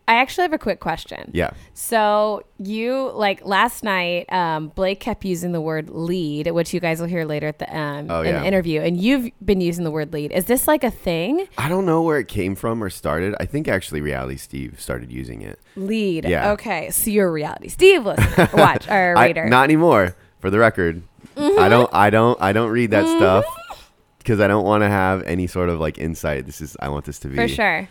Speaker 1: I actually have a quick question.
Speaker 2: Yeah,
Speaker 1: So you like last night, um, Blake kept using the word lead, which you guys will hear later at the um,
Speaker 2: Oh,
Speaker 1: in
Speaker 2: yeah.
Speaker 1: the interview, and you've been using the word lead. Is this like a thing?
Speaker 2: I don't know where it came from or started. I think actually Reality Steve started using it.
Speaker 1: Lead.
Speaker 2: Yeah.
Speaker 1: Okay. So you're a reality Steve listener, watch or
Speaker 2: I-
Speaker 1: reader.
Speaker 2: not anymore. For the record, I don't, I don't, I don't read that stuff because I don't want to have any sort of like insight. This is, I want this to be
Speaker 1: for sure.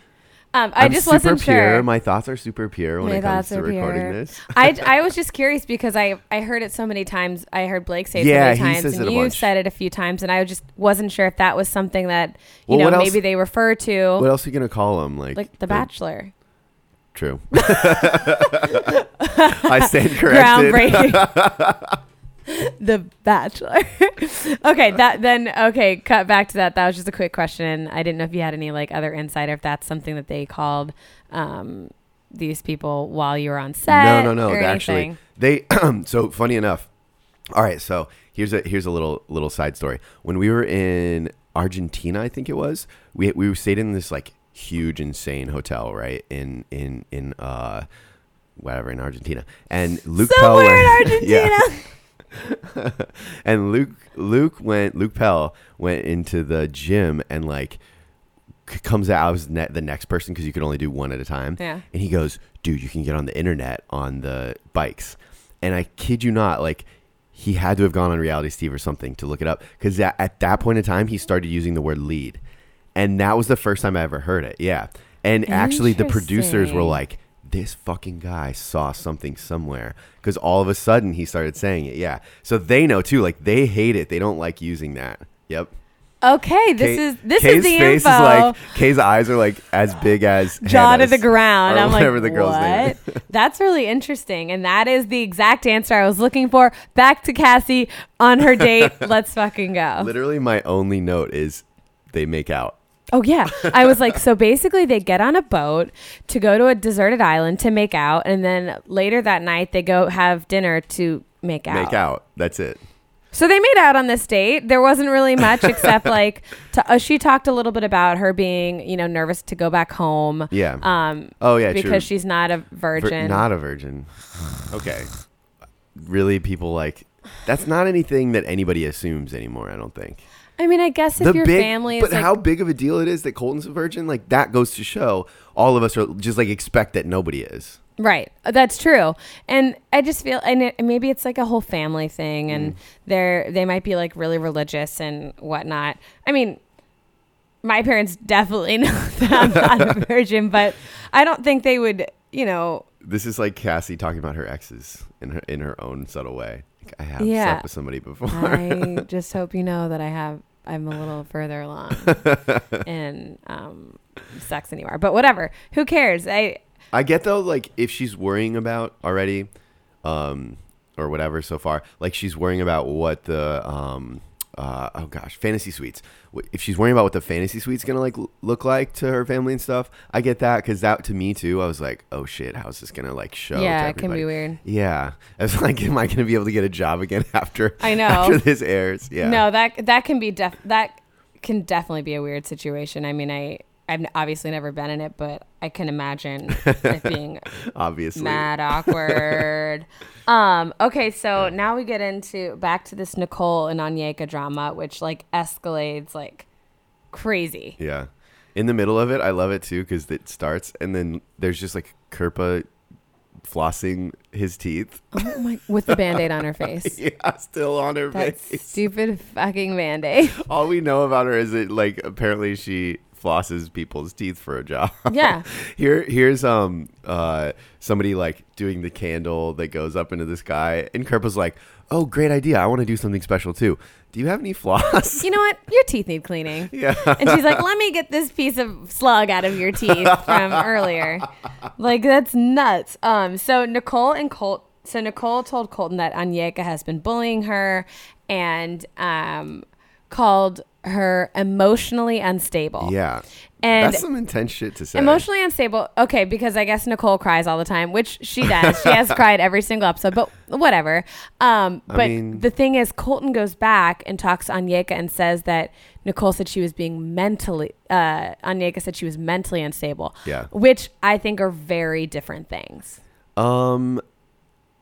Speaker 1: Um, I
Speaker 2: I'm
Speaker 1: just
Speaker 2: super
Speaker 1: wasn't
Speaker 2: pure.
Speaker 1: sure.
Speaker 2: My thoughts are super pure when
Speaker 1: My
Speaker 2: it comes
Speaker 1: thoughts
Speaker 2: to
Speaker 1: are
Speaker 2: recording
Speaker 1: pure.
Speaker 2: this.
Speaker 1: I, I was just curious because I, I heard it so many times. I heard Blake say it
Speaker 2: Yeah,
Speaker 1: so
Speaker 2: he
Speaker 1: many times,
Speaker 2: says
Speaker 1: and
Speaker 2: it a
Speaker 1: you
Speaker 2: bunch.
Speaker 1: said it a few times, and I just wasn't sure if that was something that you
Speaker 2: Well, what
Speaker 1: know
Speaker 2: else-
Speaker 1: maybe they refer to,
Speaker 2: What else are you gonna call him? Like,
Speaker 1: Oh. like The Bachelor.
Speaker 2: True. I stand corrected.
Speaker 1: groundbreaking. the Bachelor. okay, that then okay, cut back to that. That was just a quick question. I didn't know if you had any like other insight or if that's something that they called um these people while you were on set.
Speaker 2: No, no, no.
Speaker 1: or
Speaker 2: they Actually,
Speaker 1: anything.
Speaker 2: they so funny enough. All right, so here's a here's a little little side story. When we were in Argentina, I think it was, we we stayed in this like huge insane hotel, right? In in in uh whatever in Argentina. And Luke Pell
Speaker 1: somewhere in
Speaker 2: went-
Speaker 1: Argentina.
Speaker 2: Yeah. and Luke Luke went Luke Pell went into the gym and like c- comes out I was ne- the next person because you could only do one at a time.
Speaker 1: Yeah.
Speaker 2: And he goes, dude, you can get on the internet on the bikes. And I kid you not, like he had to have gone on Reality Steve or something to look it up because at, at that point in time he started using the word lead, and that was the first time I ever heard it. Yeah. And actually, the producers were
Speaker 1: Interesting.
Speaker 2: like like this fucking guy saw something somewhere because all of a sudden he started saying it yeah so they know too like they hate it they don't like using that yep
Speaker 1: Okay, this
Speaker 2: Kay-
Speaker 1: is this
Speaker 2: Kay's
Speaker 1: is the
Speaker 2: face
Speaker 1: info.
Speaker 2: is like kay's eyes are like as big as
Speaker 1: jaw to
Speaker 2: Hannah's,
Speaker 1: the ground.
Speaker 2: or
Speaker 1: I'm
Speaker 2: whatever
Speaker 1: like,
Speaker 2: the girl's
Speaker 1: what?
Speaker 2: name is.
Speaker 1: That's really interesting, and that is the exact answer I was looking for. Back to Cassie on her date. Let's fucking go.
Speaker 2: literally my only note is they make out
Speaker 1: Oh yeah, I was like, so basically they get on a boat to go to a deserted island to make out, and then later that night they go have dinner to make out.
Speaker 2: make out that's it
Speaker 1: So they made out on this date. There wasn't really much except like to, uh, she talked a little bit about her being you know nervous to go back home.
Speaker 2: Yeah.
Speaker 1: Um.
Speaker 2: oh yeah true.
Speaker 1: because she's not a
Speaker 2: Vir-
Speaker 1: virgin.
Speaker 2: not a virgin okay really people like that's not anything that anybody assumes anymore i don't think
Speaker 1: I mean, I guess if your
Speaker 2: big,
Speaker 1: family is
Speaker 2: but
Speaker 1: like,
Speaker 2: how big of a deal it is that Colton's a virgin, like that goes to show all of us are just like expect that nobody is.
Speaker 1: Right. Uh, That's true. And I just feel and it, maybe it's like a whole family thing and they're they might be like really religious and whatnot. I mean my parents definitely know that I'm not a virgin, but I don't think they would, you know,
Speaker 2: This is like Cassie talking about her exes in her in her own subtle way. Like, I have
Speaker 1: Yeah.
Speaker 2: slept with somebody before.
Speaker 1: I just hope you know that I have I'm a little further along in um, sex anymore. But whatever, who cares? I
Speaker 2: I get though, like if she's worrying about already, um, or whatever so far, like she's worrying about what the um, uh, oh gosh, fantasy suites. W- If she's worrying about what the fantasy suite's gonna like l- look like to her family and stuff, I get that because that to me too, I was like, oh shit, how's this gonna like show?
Speaker 1: yeah,
Speaker 2: to
Speaker 1: it can be
Speaker 2: everybody?
Speaker 1: weird.
Speaker 2: Yeah, I was like, am I gonna be able to get a job again after?
Speaker 1: I know.
Speaker 2: after this airs. Yeah,
Speaker 1: No, that that can be def- that can definitely be a weird situation. I mean, I I've obviously never been in it, but I can imagine it being
Speaker 2: obviously.
Speaker 1: mad awkward. um, okay, so now we get into back to this Nicole and Onyeka drama, which like escalates like crazy.
Speaker 2: Yeah. In the middle of it, I love it too because it starts and then there's just like Kerpa flossing his teeth.
Speaker 1: Oh my! With the band-aid on her face.
Speaker 2: yeah, still on her
Speaker 1: That
Speaker 2: face.
Speaker 1: stupid fucking band-aid.
Speaker 2: All we know about her is that like apparently she flosses people's teeth for a job.
Speaker 1: Yeah.
Speaker 2: Here here's um uh somebody like doing the candle that goes up into the sky and Kerpa's like, "Oh, great idea. I want to do something special too. Do you have any floss?"
Speaker 1: You know what? Your teeth need cleaning.
Speaker 2: yeah.
Speaker 1: And she's like, "Let me get this piece of slug out of your teeth from earlier." Like that's nuts. Um, so Nicole and Colt. So Nicole told Colton that Anyeka has been bullying her, and um, called her emotionally unstable.
Speaker 2: Yeah.
Speaker 1: And
Speaker 2: That's some intense shit to say.
Speaker 1: Emotionally unstable. Okay, because I guess Nicole cries all the time, which she does. she has cried every single episode, but whatever. Um, but
Speaker 2: mean-
Speaker 1: the thing is, Colton goes back and talks to Anyeka and says that Nicole said she was being mentally, uh, Anyeka said she was mentally unstable.
Speaker 2: Yeah.
Speaker 1: Which I think are very different things.
Speaker 2: Um,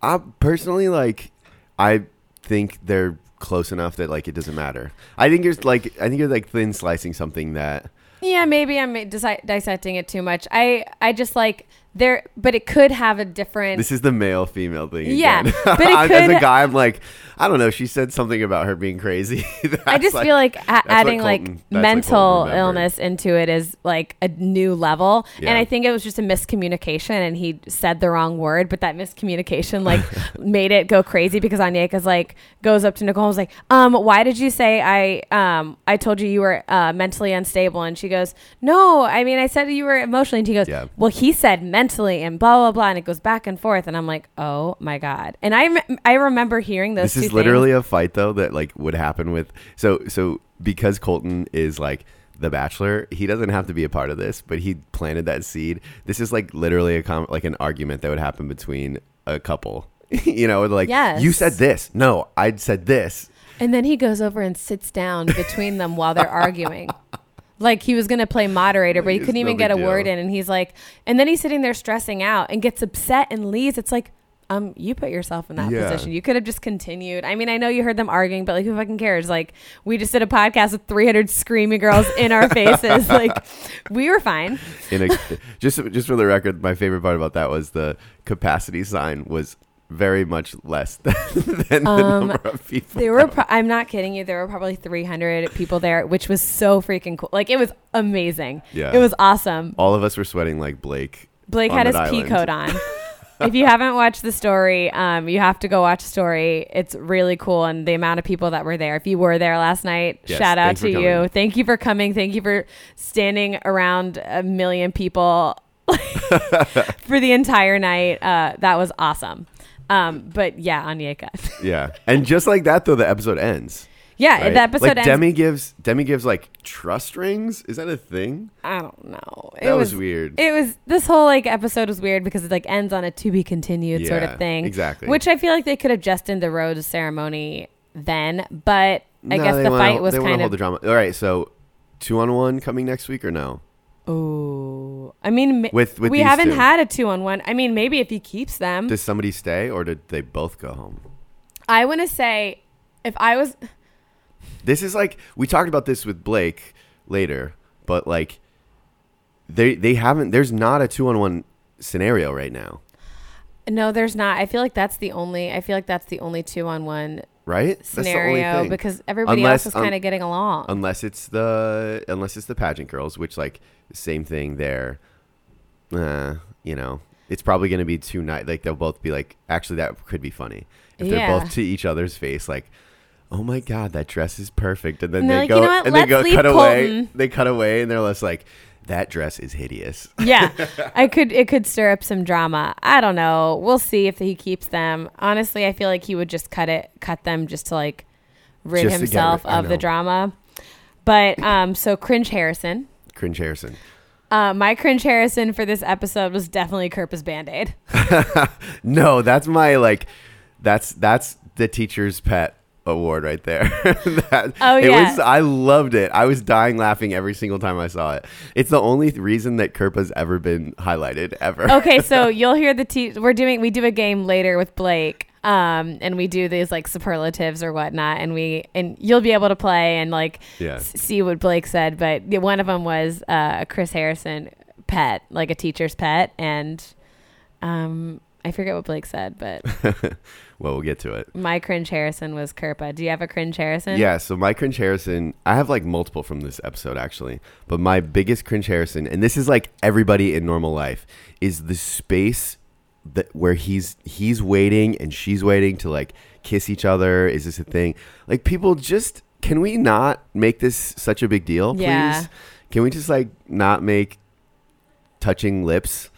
Speaker 2: I personally like. I think they're close enough that like it doesn't matter. I think you're like I think you're like thin slicing something that
Speaker 1: Yeah, maybe I'm disi- dissecting it too much. I, I just like there, but it could have a different.
Speaker 2: this is the male female thing.
Speaker 1: Yeah,
Speaker 2: again.
Speaker 1: but it
Speaker 2: I'm- as a
Speaker 1: could-
Speaker 2: guy, I'm like I don't know. She said something about her being crazy.
Speaker 1: I just feel like a- adding
Speaker 2: Colton-
Speaker 1: like
Speaker 2: that's what
Speaker 1: mental
Speaker 2: Colton remembered.
Speaker 1: illness into it is like a new level.
Speaker 2: Yeah.
Speaker 1: And I think it was just a miscommunication and he said the wrong word, but that miscommunication like made it go crazy because Anyeka's like goes up to Nicole and was like, um, why did you say I um I told you you were uh, mentally unstable? And she goes, No, I mean I said you were emotionally and he goes,
Speaker 2: Yeah.
Speaker 1: Well he said mentally and blah blah blah and it goes back and forth and I'm like, Oh my god. And I rem- I remember hearing those
Speaker 2: this is
Speaker 1: two things.
Speaker 2: literally a fight though that like would happen with so so because Colton is like the bachelor he doesn't have to be a part of this but he planted that seed this is like literally a com- like an argument that would happen between a couple you know like
Speaker 1: Yes.
Speaker 2: you said this no i said this
Speaker 1: And then he goes over and sits down between them while they're arguing. Like he was going to play moderator, but he
Speaker 2: It's
Speaker 1: couldn't
Speaker 2: no
Speaker 1: even get a
Speaker 2: big
Speaker 1: word
Speaker 2: deal.
Speaker 1: in. And he's like, and then he's sitting there stressing out and gets upset and leaves. It's like, um, you put yourself in that
Speaker 2: Yeah.
Speaker 1: position. You could have just continued. I mean, I know you heard them arguing, but like, who fucking cares? Like, we just did a podcast with 300 screaming girls in our faces. like, we were fine.
Speaker 2: in a just just for the record my favorite part about that was the capacity sign was very much less than, than the
Speaker 1: Um,
Speaker 2: number of people
Speaker 1: There were, pro- I'm not kidding you. There were probably 300 people there, which was so freaking cool. Like, it was amazing.
Speaker 2: Yeah.
Speaker 1: It was awesome.
Speaker 2: all of us were sweating like blake
Speaker 1: Blake
Speaker 2: on
Speaker 1: had his
Speaker 2: that
Speaker 1: pea
Speaker 2: island.
Speaker 1: coat on. if you haven't watched the story, um, you have to go watch story. It's really cool, and the amount of people that were there. If you were there last night,
Speaker 2: Yes,
Speaker 1: shout out
Speaker 2: thanks for
Speaker 1: to you.
Speaker 2: coming.
Speaker 1: Thank you for coming. Thank you for standing around a million people for the entire night. Uh, that was awesome. Um, but yeah, Anyeka.
Speaker 2: yeah and just like that though the episode ends
Speaker 1: yeah,
Speaker 2: right?
Speaker 1: the episode
Speaker 2: like
Speaker 1: ends.
Speaker 2: Demi gives Demi gives like trust rings. Is that a thing?
Speaker 1: I don't know. It
Speaker 2: That was, weird.
Speaker 1: It was this whole like episode was weird because it like ends on a to be continued sort
Speaker 2: Yeah,
Speaker 1: of thing.
Speaker 2: exactly.
Speaker 1: Which I feel like they could have just in the rose ceremony then, but I
Speaker 2: No,
Speaker 1: guess
Speaker 2: they
Speaker 1: the
Speaker 2: wanna-
Speaker 1: fight was
Speaker 2: they wanna
Speaker 1: kind
Speaker 2: hold
Speaker 1: of
Speaker 2: the drama. All right, so two on one coming next week or no?
Speaker 1: oh. I mean, ma-
Speaker 2: With with
Speaker 1: we
Speaker 2: these
Speaker 1: haven't
Speaker 2: two.
Speaker 1: had a two on one. I mean, maybe if he keeps them,
Speaker 2: Does somebody stay or did they both go home?
Speaker 1: I want to say if I was
Speaker 2: This is like we talked about this with Blake later, but like they they haven't. There's not a two on one scenario right now.
Speaker 1: no, there's not. I feel like that's the only. I feel like that's the only two on one
Speaker 2: right? That's the
Speaker 1: scenario
Speaker 2: only thing.
Speaker 1: because everybody
Speaker 2: Unless-
Speaker 1: else is
Speaker 2: un-
Speaker 1: kind of getting along.
Speaker 2: unless it's the unless it's the pageant girls, which like same thing there. Uh, you know, it's probably going to be two night. Like they'll both be like, actually, that could be funny if
Speaker 1: Yeah.
Speaker 2: they're both to each other's face, like. Oh my God, that dress is perfect! And then
Speaker 1: And
Speaker 2: they
Speaker 1: they're like,
Speaker 2: go
Speaker 1: "You know what?
Speaker 2: and they
Speaker 1: Let's
Speaker 2: go
Speaker 1: leave
Speaker 2: cut away.
Speaker 1: Colton."
Speaker 2: They cut away, and they're less like, "That dress is hideous."
Speaker 1: yeah, I could it could stir up some drama. I don't know. We'll see if he keeps them. Honestly, I feel like he would just cut it, cut them just to like rid
Speaker 2: Just to get
Speaker 1: himself
Speaker 2: rid- I
Speaker 1: of the
Speaker 2: know.
Speaker 1: drama. But um, so cringe Harrison.
Speaker 2: Cringe Harrison.
Speaker 1: Uh, my cringe Harrison for this episode was definitely Kerpa's Band Aid.
Speaker 2: No, that's my like that's that's the teacher's pet award right there. that,
Speaker 1: Oh,
Speaker 2: it
Speaker 1: yeah.
Speaker 2: was I loved it. I was dying laughing every single time I saw it. It's the only th- reason that Kerpa's ever been highlighted ever.
Speaker 1: Okay, so you'll hear the te- we're doing we do a game later with Blake. Um, and we do these like superlatives or whatnot, and we and you'll be able to play and like
Speaker 2: Yeah.
Speaker 1: s- see what Blake said. But the- one of them was uh, a Chris Harrison pet, like a teacher's pet, and um, I forget what Blake said, but
Speaker 2: Well, we'll get to it.
Speaker 1: my cringe Harrison was Kerpa. Do you have a cringe Harrison?
Speaker 2: Yeah, so my cringe Harrison, I have like multiple from this episode actually, but my biggest cringe Harrison, and this is like everybody in normal life, is the space that where he's he's waiting and she's waiting to like kiss each other. Is this a thing? Like people just can we not make this such a big deal, please?
Speaker 1: Yeah.
Speaker 2: Can we just like not make touching lips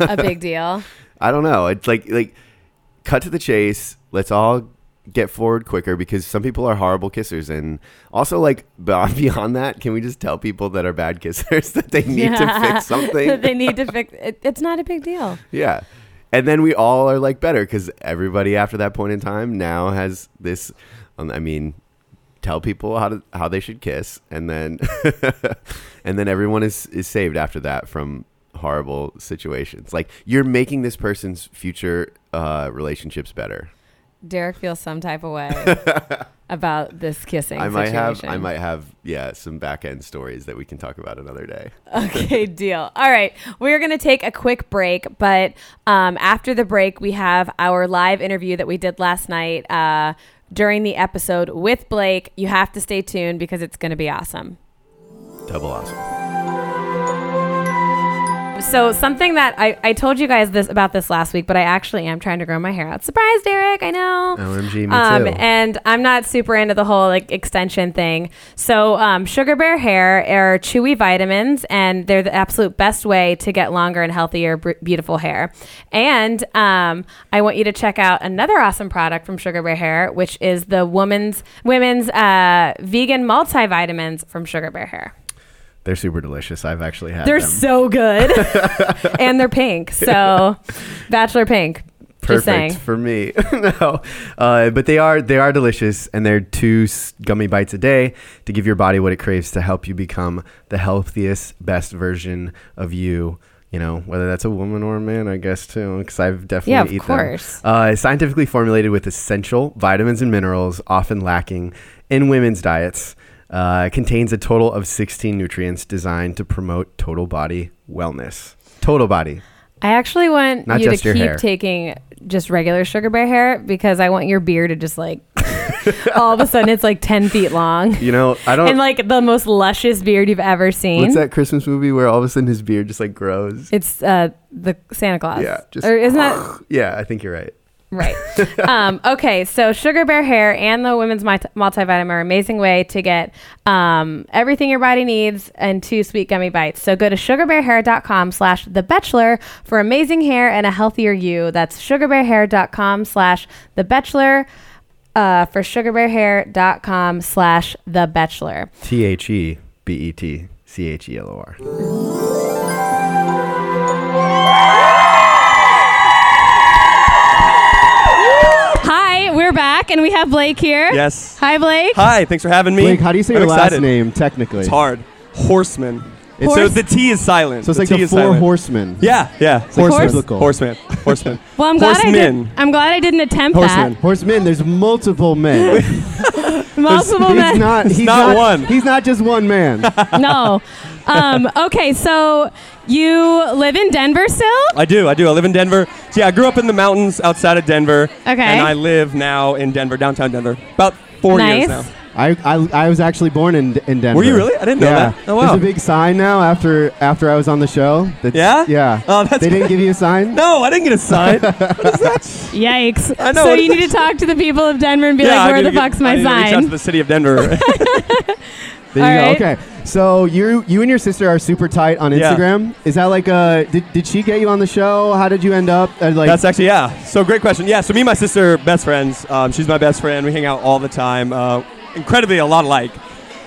Speaker 1: a big deal.
Speaker 2: I don't know. It's like like cut to the chase. Let's all get forward quicker because some people are horrible kissers and also like beyond, beyond that can we just tell people that are bad kissers that they need to fix
Speaker 1: That
Speaker 2: something
Speaker 1: they need to fix. It, it's not a big deal.
Speaker 2: yeah and then we all are like better because everybody after that point in time now has this um, i mean tell people how to how they should kiss and then and then everyone is is saved after that from horrible situations like you're making this person's future uh relationships better
Speaker 1: Derek feels some type of way about this kissing.
Speaker 2: i might have i
Speaker 1: situation.
Speaker 2: might have yeah some back end stories that we can talk about another day
Speaker 1: Okay, deal. All right, we're gonna take a quick break, but um, after the break, we have our live interview that we did last night uh, during the episode with Blake. You have to stay tuned because it's gonna be awesome.
Speaker 2: double awesome
Speaker 1: So something that I, I told you guys this about this last week, but I actually am trying to grow my hair out. Surprise, Derek! I know.
Speaker 2: omg me too
Speaker 1: Um, and I'm not super into the whole like extension thing. So um, Sugar Bear Hair are chewy vitamins, and they're the absolute best way to get longer and healthier, br- beautiful hair. And um, I want you to check out another awesome product from Sugar Bear Hair, which is the woman's women's uh, vegan multivitamins from Sugar Bear Hair.
Speaker 2: they're super delicious i've actually had
Speaker 1: They're so good, and they're pink. So, bachelor pink. Just
Speaker 2: perfect
Speaker 1: saying.
Speaker 2: for me. no, uh, but they are they are delicious, and they're two s- gummy bites a day to give your body what it craves to help you become the healthiest, best version of you. You know, whether that's a woman or a man, I guess too, because I've definitely
Speaker 1: Yeah, of
Speaker 2: eat
Speaker 1: course.
Speaker 2: Them. Uh, scientifically formulated with essential vitamins and minerals often lacking in women's diets. Uh, it contains a total of 16 nutrients designed to promote total body wellness. Total body.
Speaker 1: I actually want
Speaker 2: Not
Speaker 1: you to
Speaker 2: just your
Speaker 1: keep
Speaker 2: hair.
Speaker 1: taking just regular sugar bear hair because I want your beard to just like all of a sudden it's like 10 feet long
Speaker 2: You know, I don't.
Speaker 1: and like the most luscious beard you've ever seen.
Speaker 2: Oh. What's that Christmas movie where all of a sudden his beard just like grows?
Speaker 1: It's uh, the Santa Claus.
Speaker 2: Yeah, just-
Speaker 1: or isn't that
Speaker 2: Yeah, I think you're right.
Speaker 1: Right. um, okay. So Sugar Bear Hair and the Women's multi- Multivitamin are an amazing way to get um, everything your body needs and two sweet gummy bites. So go to sugarbearhair.com slash the bachelor for amazing hair and a healthier you. That's sugarbearhair.com slash the bachelor uh, for sugarbearhair.com slash the bachelor.
Speaker 2: T H E B E T C H E L O R.
Speaker 1: Hi, we're back and we have Blake here.
Speaker 3: Yes.
Speaker 1: Hi, Blake.
Speaker 3: Hi, thanks for having me.
Speaker 4: Blake, how do you say
Speaker 3: I'm
Speaker 4: your last
Speaker 3: excited.
Speaker 4: name technically?
Speaker 3: It's hard. Horseman.
Speaker 4: It's-
Speaker 3: so the T is silent.
Speaker 4: So it's like
Speaker 3: T
Speaker 4: the
Speaker 3: is
Speaker 4: four
Speaker 3: silent.
Speaker 4: horsemen.
Speaker 3: Yeah, yeah.
Speaker 4: like
Speaker 3: Horseman.
Speaker 4: biblical.
Speaker 3: Horseman. Horseman.
Speaker 1: Well, I'm glad, I did,
Speaker 3: Horsemen.
Speaker 1: I'm glad I didn't attempt
Speaker 3: Horsemen.
Speaker 4: Horsemen, there's multiple men.
Speaker 1: that. Multiple
Speaker 4: he's
Speaker 1: men.
Speaker 4: not, he's
Speaker 3: not one.
Speaker 4: He's not just one man.
Speaker 1: no. Um, okay, so you live in Denver still?
Speaker 3: I do. I do. I live in Denver. So yeah, I grew up in the mountains outside of Denver.
Speaker 1: Okay.
Speaker 3: And I live now in Denver, downtown Denver. About four years
Speaker 1: Nice.
Speaker 3: now.
Speaker 2: I, I, I was actually born in, in Denver.
Speaker 3: Were you really? I didn't know
Speaker 2: yeah.
Speaker 3: that. Oh, wow.
Speaker 2: There's a big sign now after after I was on the show. That's,
Speaker 3: Yeah?
Speaker 2: Yeah.
Speaker 3: Oh, that's
Speaker 2: they didn't give you a sign?
Speaker 3: No, I didn't get a sign. what is that?
Speaker 1: Yikes.
Speaker 3: I know,
Speaker 1: So
Speaker 3: what
Speaker 1: you
Speaker 3: is
Speaker 1: need to talk to the people of Denver and be
Speaker 3: I
Speaker 1: like, where
Speaker 3: need
Speaker 1: the
Speaker 3: to get-
Speaker 1: fuck's
Speaker 3: I
Speaker 1: my
Speaker 3: need to Reach out to
Speaker 1: sign?
Speaker 3: the city of Denver.
Speaker 2: There you
Speaker 1: All
Speaker 2: go. Okay. So you you and your sister are super tight on
Speaker 3: Yeah.
Speaker 2: Instagram. Is that like uh did, did she get you on the show? How did you end up? Uh, like
Speaker 3: That's actually yeah. So great question. Yeah. So me and my sister, best friends. Um, she's my best friend. We hang out all the time. Uh, incredibly, a lot alike.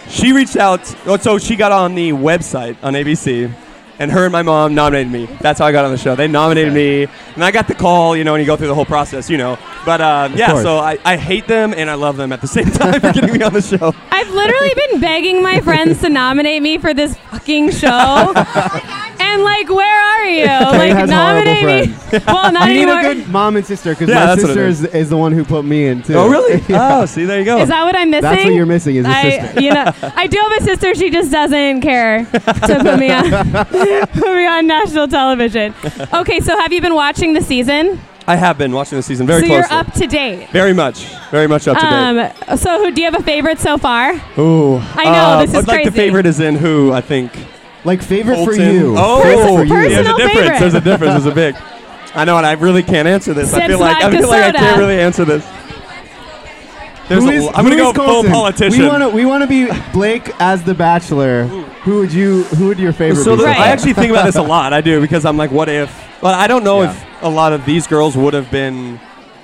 Speaker 3: She reached out. oh, So she got on the website on ABC, and her and my mom nominated me. That's how I got on the show. They nominated me, and I got the call. You know, and you go through the whole process. You know. But uh, yeah.
Speaker 2: course.
Speaker 3: So I, I hate them and I love them at the same time for getting me on the show.
Speaker 1: I've literally been begging my friends to nominate me for this fucking show. and like, where are you? like,
Speaker 2: has horrible
Speaker 1: nominate me. well, not
Speaker 2: you need
Speaker 1: anymore.
Speaker 2: a good mom and sister because
Speaker 3: Yeah,
Speaker 2: my
Speaker 3: that's what it
Speaker 2: sister
Speaker 3: is.
Speaker 2: is, is the one who put me in too.
Speaker 3: Oh really?
Speaker 2: Yeah.
Speaker 3: Oh, see, there you go.
Speaker 1: Is that what I'm missing?
Speaker 2: That's what you're missing is a
Speaker 1: I,
Speaker 2: sister.
Speaker 1: you know, I do have a sister. She just doesn't care to put me on, put me on national television. Okay, so have you been watching the season?
Speaker 3: I have been watching the season very
Speaker 1: so
Speaker 3: closely.
Speaker 1: you're up to date.
Speaker 3: very much, very much up to date.
Speaker 1: Um, so who do you have a favorite so far?
Speaker 2: Ooh.
Speaker 1: I know
Speaker 3: Uh,
Speaker 1: this is
Speaker 3: I'd like
Speaker 1: crazy.
Speaker 3: the favorite is in who I think.
Speaker 2: Like favorite for
Speaker 3: Colton.
Speaker 2: you.
Speaker 3: Oh,
Speaker 2: Favorite for you.
Speaker 1: personal
Speaker 3: there's a difference.
Speaker 1: favorite.
Speaker 3: There's a difference. There's a big. I know, and I really can't answer this. I
Speaker 1: Sips
Speaker 3: feel like I
Speaker 1: vodka
Speaker 3: feel like I
Speaker 1: soda.
Speaker 3: can't really answer this. There's
Speaker 2: Who
Speaker 3: a
Speaker 2: is-
Speaker 3: l- I'm gonna
Speaker 2: who
Speaker 3: go
Speaker 2: is Colton?
Speaker 3: full politician.
Speaker 2: We want to we want to be Blake as the Bachelor. Who would you? Who would your favorite?
Speaker 3: so
Speaker 2: be?
Speaker 3: the-
Speaker 1: Right.
Speaker 3: I actually think about this a lot. I do because I'm like, what if? Well, I don't know
Speaker 2: Yeah.
Speaker 3: if a lot of these girls would have been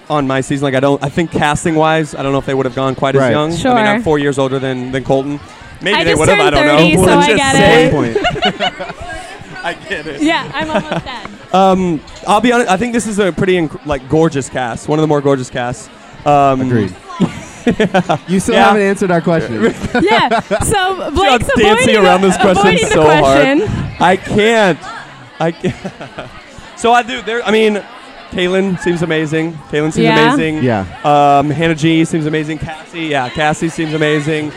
Speaker 3: on my season. Like, I don't. I think casting wise, I don't know if they would have gone quite as
Speaker 2: Right.
Speaker 3: young. I
Speaker 1: Sure.
Speaker 3: mean, I'm four years older than than Colton. Maybe
Speaker 1: I
Speaker 3: they
Speaker 1: just
Speaker 3: would have. I
Speaker 1: turned
Speaker 3: don't
Speaker 1: 30,
Speaker 3: know.
Speaker 1: so
Speaker 3: We'll
Speaker 1: I
Speaker 3: just
Speaker 1: get
Speaker 3: say-
Speaker 1: it.
Speaker 2: point.
Speaker 3: I get it.
Speaker 1: Yeah, I'm almost dead.
Speaker 3: Um, I'll be honest. I think this is a pretty inc- like gorgeous cast. One of the more gorgeous casts. Um,
Speaker 2: Agreed. you still
Speaker 3: Yeah.
Speaker 2: haven't answered our question.
Speaker 1: Yeah. So Blake's
Speaker 3: Just dancing
Speaker 1: avoiding,
Speaker 3: around
Speaker 1: the,
Speaker 3: this question
Speaker 1: avoiding
Speaker 3: so
Speaker 1: the
Speaker 3: hard.
Speaker 1: question.
Speaker 3: I can't. I can't. so I do. There. I mean, Kaylin seems amazing. Kaylin seems
Speaker 1: Yeah.
Speaker 3: amazing.
Speaker 2: Yeah.
Speaker 3: Um, Hannah G seems amazing. Cassie. Yeah. Cassie seems amazing.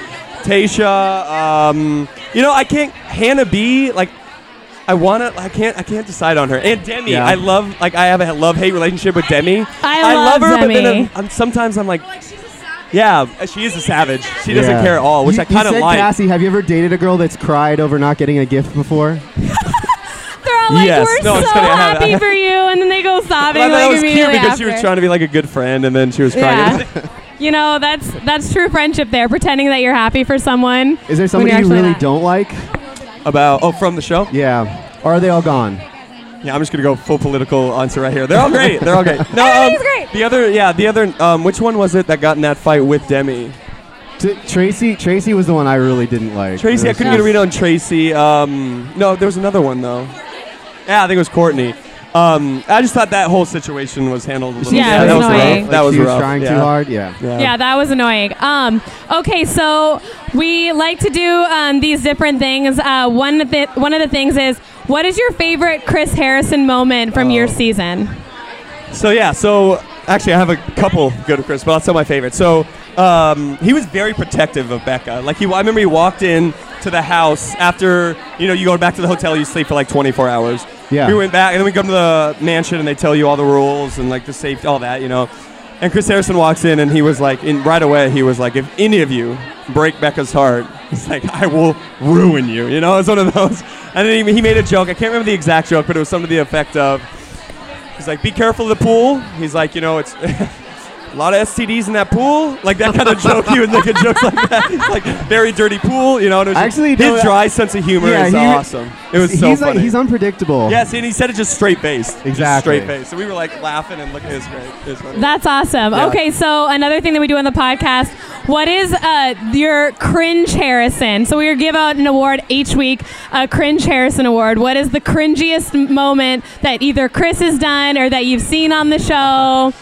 Speaker 3: Tasha. Um, you know, I can't. Hannah B. Like. I wanna. I can't. I can't decide on her. And Demi.
Speaker 2: Yeah.
Speaker 3: I love. Like I have a love hate relationship with Demi.
Speaker 1: I
Speaker 3: love,
Speaker 1: love
Speaker 3: her, but then
Speaker 1: Demi.
Speaker 3: I'm, I'm- sometimes I'm like, yeah, Uh, she is a savage. She doesn't
Speaker 2: Yeah.
Speaker 3: care at all, which
Speaker 2: You-
Speaker 3: I kind
Speaker 2: you
Speaker 3: of
Speaker 2: said,
Speaker 3: like.
Speaker 2: Cassie, have you ever dated a girl that's cried over not getting a gift before?
Speaker 1: They're all like,
Speaker 3: Yes.
Speaker 1: we're
Speaker 3: No, I'm
Speaker 1: so
Speaker 3: just kidding. I haven't-
Speaker 1: happy for you, and then they go sobbing
Speaker 3: Well,
Speaker 1: like
Speaker 3: that was cute
Speaker 1: immediately
Speaker 3: because she was
Speaker 1: after.
Speaker 3: trying to be like a good friend, and then she was crying.
Speaker 1: Yeah. you know, that's that's true friendship there, pretending that you're happy for someone.
Speaker 2: Is there
Speaker 1: when
Speaker 2: somebody
Speaker 1: you're
Speaker 2: you
Speaker 1: actually
Speaker 2: really
Speaker 1: not.
Speaker 2: don't like?
Speaker 3: About oh, from the show.
Speaker 2: Yeah. Or are they all gone?
Speaker 3: Yeah, I'm just gonna go full political answer right here. They're all great. They're all great. No, um,
Speaker 1: Everybody's great.
Speaker 3: The other, yeah, the other. Um, which one was it that got in that fight with Demi?
Speaker 2: T- Tracy. Tracy was the one I really didn't like.
Speaker 3: Tracy.
Speaker 2: It
Speaker 3: I
Speaker 2: was
Speaker 3: couldn't get a read on Tracy. Um, no, there was another one though. Yeah, I think it was Courtney. Um, I just thought that whole situation was handled. A little
Speaker 1: Yeah,
Speaker 3: bad.
Speaker 1: it
Speaker 3: that
Speaker 1: was
Speaker 3: was rough.
Speaker 1: annoying.
Speaker 2: Like
Speaker 3: that was
Speaker 2: she was
Speaker 3: rough.
Speaker 2: trying
Speaker 3: yeah.
Speaker 2: too hard. Yeah.
Speaker 1: Yeah, that was annoying. Um, okay, so we like to do um, these different things. Uh, one of the one of the things is, what is your favorite Chris Harrison moment from
Speaker 3: Oh.
Speaker 1: your season?
Speaker 3: So yeah, so actually I have a couple good Chris, but I'll tell my favorite. So um, he was very protective of Becca. Like he, I remember he walked in to the house after you know you go back to the hotel, you sleep for like 24 hours.
Speaker 2: Yeah.
Speaker 3: We went back and then we come to the mansion and they tell you all the rules and like the safety, all that you know. And Chris Harrison walks in and he was like, in, right away he was like, if any of you break Becca's heart, he's like, I will ruin you. You know, it's one of those. And then he, he made a joke. I can't remember the exact joke, but it was something to the effect of. He's like, be careful of the pool. He's like, you know, it's a lot of STDs in that pool. Like that kind of joke. He would make a joke like that. He's like, very dirty pool. You know, and it was just-
Speaker 2: Actually, no,
Speaker 3: his dry sense of humor
Speaker 2: yeah,
Speaker 3: is
Speaker 2: he-
Speaker 3: awesome. It was so
Speaker 2: he's
Speaker 3: funny.
Speaker 2: like he's unpredictable.
Speaker 3: yes, and he said it just straight faced. Just
Speaker 2: Exactly.
Speaker 3: straight faced. So we were like laughing and looking at his great. It was funny.
Speaker 1: That's awesome.
Speaker 3: Yeah.
Speaker 1: Okay, so another thing that we do on the podcast, what is uh, your cringe Harrison? So we give out an award each week, a cringe Harrison award. What is the cringiest moment that either Chris has done or that you've seen on the show?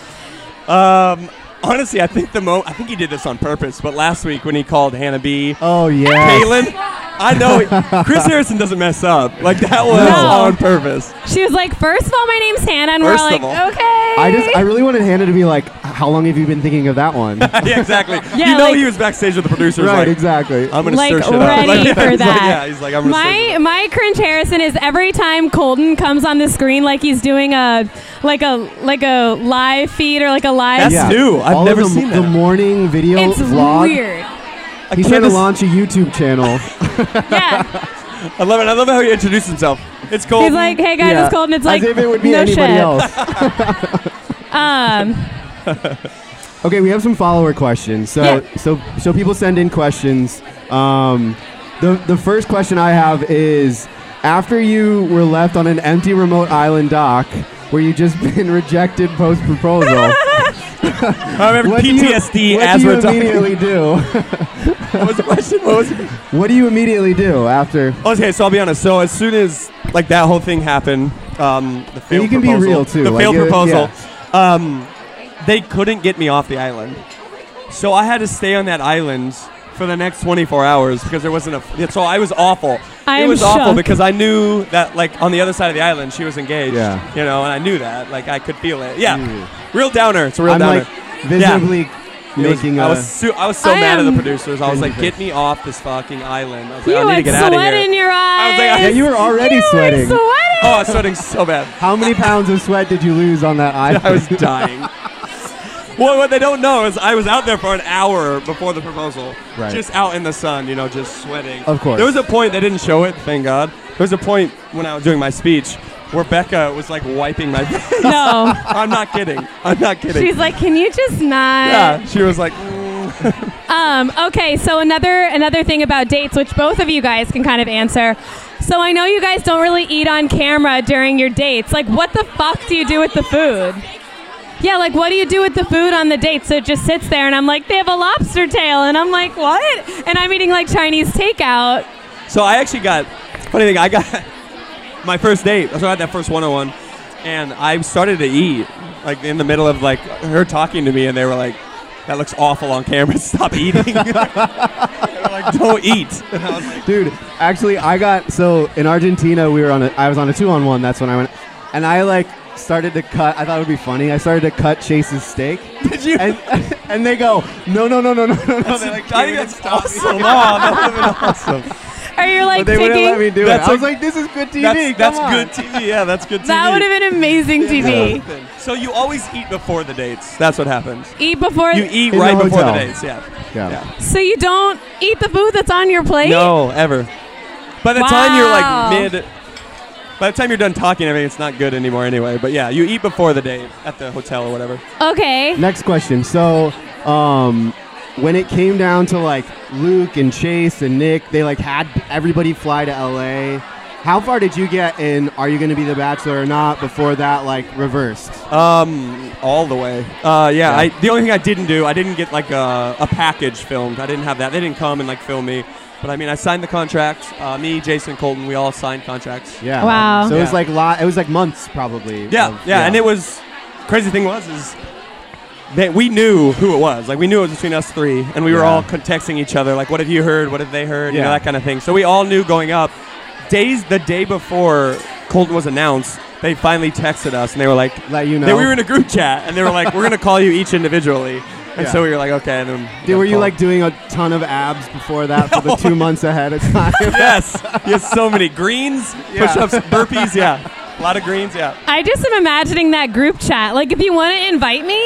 Speaker 3: Um, honestly, I think the mo. I think he did this on purpose. But last week when he called Hannah B.
Speaker 2: Oh yeah.
Speaker 3: Kaylin, I know Chris Harrison doesn't mess up. Like that was
Speaker 1: No.
Speaker 3: on purpose.
Speaker 1: She was like, first of all, my name's Hannah, and
Speaker 3: First
Speaker 1: we're like,
Speaker 3: of all.
Speaker 1: okay.
Speaker 2: I just I really wanted Hannah to be like, how long have you been thinking of that one? right,
Speaker 3: yeah, exactly.
Speaker 1: Yeah,
Speaker 3: you know
Speaker 1: like-
Speaker 3: he was backstage with the producers. like,
Speaker 2: exactly.
Speaker 3: I'm gonna
Speaker 1: Like,
Speaker 3: search it up.
Speaker 1: ready
Speaker 3: Like, yeah,
Speaker 1: for
Speaker 3: he's Like,
Speaker 1: that.
Speaker 3: yeah, he's like, I'm gonna search it
Speaker 1: my
Speaker 3: up.
Speaker 1: my cringe Harrison is every time Colton comes on the screen like he's doing a like a like a live feed or like a live.
Speaker 3: That's new. I've
Speaker 2: All of
Speaker 3: never
Speaker 2: the,
Speaker 3: seen
Speaker 2: the
Speaker 3: that.
Speaker 2: morning video
Speaker 1: It's
Speaker 2: vlog.
Speaker 1: weird.
Speaker 3: I
Speaker 2: He's trying
Speaker 3: can't
Speaker 2: to
Speaker 3: just-
Speaker 2: launch a YouTube channel.
Speaker 1: Yeah,
Speaker 3: I love it. I love how he introduced himself. It's cold.
Speaker 1: he's like, "Hey guys,
Speaker 2: Yeah.
Speaker 1: it's Colton." It's like,
Speaker 2: As if it would be
Speaker 1: no
Speaker 2: anybody
Speaker 1: shit.
Speaker 2: else.
Speaker 1: Um,
Speaker 2: Okay, we have some follower questions. So
Speaker 1: Yeah.
Speaker 2: so so people send in questions. Um, the the first question I have is after you were left on an empty remote island dock where you just been rejected post proposal.
Speaker 3: I remember PTSD
Speaker 2: you, what
Speaker 3: as
Speaker 2: do you
Speaker 3: we're talking.
Speaker 2: immediately do?
Speaker 3: What was the question? What was it?
Speaker 2: what do you immediately do after?
Speaker 3: Okay, so I'll be honest. So as soon as like that whole thing happened, um, the failed
Speaker 2: you can be
Speaker 3: proposal,
Speaker 2: real, too,
Speaker 3: The
Speaker 2: like,
Speaker 3: failed
Speaker 2: it-
Speaker 3: proposal. Um, they couldn't get me off the island, so I had to stay on that island for the next 24 hours because there wasn't a. yeah, So I was awful. it
Speaker 1: I'm
Speaker 3: was awful
Speaker 1: shook.
Speaker 3: because I knew that like on the other side of the island she was engaged.
Speaker 2: Yeah. Mm.
Speaker 3: You know, and I knew that. Like I could feel it. Yeah. Real downer. It's a real
Speaker 2: I'm
Speaker 3: downer.
Speaker 2: like visibly
Speaker 3: It was-
Speaker 2: making
Speaker 3: I
Speaker 2: a.
Speaker 3: was su- I was so
Speaker 1: I
Speaker 3: mad at the
Speaker 1: am-
Speaker 3: producers. I was like,
Speaker 2: Cringy
Speaker 3: get me off this fucking island. I was
Speaker 1: you
Speaker 3: like, I need to
Speaker 1: had
Speaker 3: get out
Speaker 1: sweat
Speaker 3: of here.
Speaker 1: in your eyes.
Speaker 3: was like, I-
Speaker 2: yeah, you were already
Speaker 1: You were
Speaker 2: sweating.
Speaker 1: sweating.
Speaker 3: Oh, I was sweating so bad.
Speaker 2: How many pounds of sweat did you lose on that island?
Speaker 3: I was dying. well, what they don't know is I was out there for an hour before the proposal,
Speaker 2: Right.
Speaker 3: just out in the sun, you know, just sweating.
Speaker 2: Of course.
Speaker 3: There was a point they didn't show it. Thank God. There was a point when I was doing my speech where Becca was like wiping my.
Speaker 1: No,
Speaker 3: I'm not kidding. I'm not kidding.
Speaker 1: she's like, "Can you just not?"
Speaker 3: yeah, she was like, mm.
Speaker 1: Um, okay, so another another thing about dates, which both of you guys can kind of answer. So I know you guys don't really eat on camera during your dates. Like, what the fuck do you do with the food? Yeah, like what do you do with the food on the date? So it just sits there, and I'm like, they have a lobster tail, and I'm like, what? And I'm eating like Chinese takeout.
Speaker 3: So I actually got funny thing. I got my first date. So I had that first 101, and I started to eat like in the middle of like her talking to me, and they were like, "That looks awful on camera. Stop eating." They were like, "Don't eat." And I was like,
Speaker 2: Dude, actually, I got so in Argentina we were on a I was on a two on one. That's when I went, and I like started to cut. I thought it would be funny. I started to cut Chase's steak,
Speaker 3: "Did you?"
Speaker 2: and and they go, no, no, no, no, no, no, no. They, like,
Speaker 3: I think that's awesome. Oh, that would have been awesome.
Speaker 1: Or you're
Speaker 2: but
Speaker 1: like
Speaker 2: they wouldn't let me
Speaker 1: picking.
Speaker 2: do it.
Speaker 3: That's
Speaker 2: I was
Speaker 3: like-
Speaker 2: like, this is good TV.
Speaker 3: That's, that's
Speaker 2: come on."
Speaker 3: good TV. Yeah, that's good TV.
Speaker 1: That would have been amazing TV.
Speaker 3: So you always eat before the dates. That's what happens.
Speaker 1: Eat before,
Speaker 3: You eat
Speaker 2: In the
Speaker 3: right before the
Speaker 2: hotel.
Speaker 3: dates. Yeah.
Speaker 2: Yeah.
Speaker 3: Yeah.
Speaker 1: so you don't eat the food that's on your plate.
Speaker 3: No, ever. By the time you're
Speaker 1: Wow.
Speaker 3: like mid, by the time you're done talking, I mean it's not good anymore anyway. But yeah, you eat before the date at the hotel or whatever.
Speaker 1: Okay.
Speaker 2: Next question. So, um, when it came down to like Luke and Chase and Nick, they like had everybody fly to LA. How far did you get in? Are you going to be the Bachelor or not? Before that, like reversed.
Speaker 3: Um, all the way. Uh, yeah. I, the only thing I didn't do, I didn't get like a, a package filmed. I didn't have that. They didn't come and like film me. But I mean, I signed the contract. Uh, me, Jason, Colton, we all signed contracts.
Speaker 2: Yeah.
Speaker 1: Wow.
Speaker 2: So it was
Speaker 3: Yeah.
Speaker 2: like lot. It was like months probably.
Speaker 3: Yeah,
Speaker 2: of-
Speaker 3: yeah, and it was crazy thing was is that we knew who it was. Like we knew it was between us three, and we were
Speaker 2: Yeah.
Speaker 3: all con- texting each other like, "What have you heard? What have they heard?" You know
Speaker 2: Yeah.
Speaker 3: that kind of thing. So we all knew going up. Days the day before Colton was announced, they finally texted us and they were like,
Speaker 2: let you know.
Speaker 3: they, "We were in a group chat," and they were like, "We're gonna call you each individually." And
Speaker 2: Yeah.
Speaker 3: so we were like, "Okay." And then we
Speaker 2: Dude,
Speaker 3: got
Speaker 2: were you
Speaker 3: called.
Speaker 2: like doing a ton of abs before that for the two months ahead of time?
Speaker 3: "Yes, yes, so many greens,
Speaker 2: Yeah.
Speaker 3: push-ups, burpees, yeah, a lot of greens, yeah."
Speaker 1: I just am imagining that group chat. Like, if you want to invite me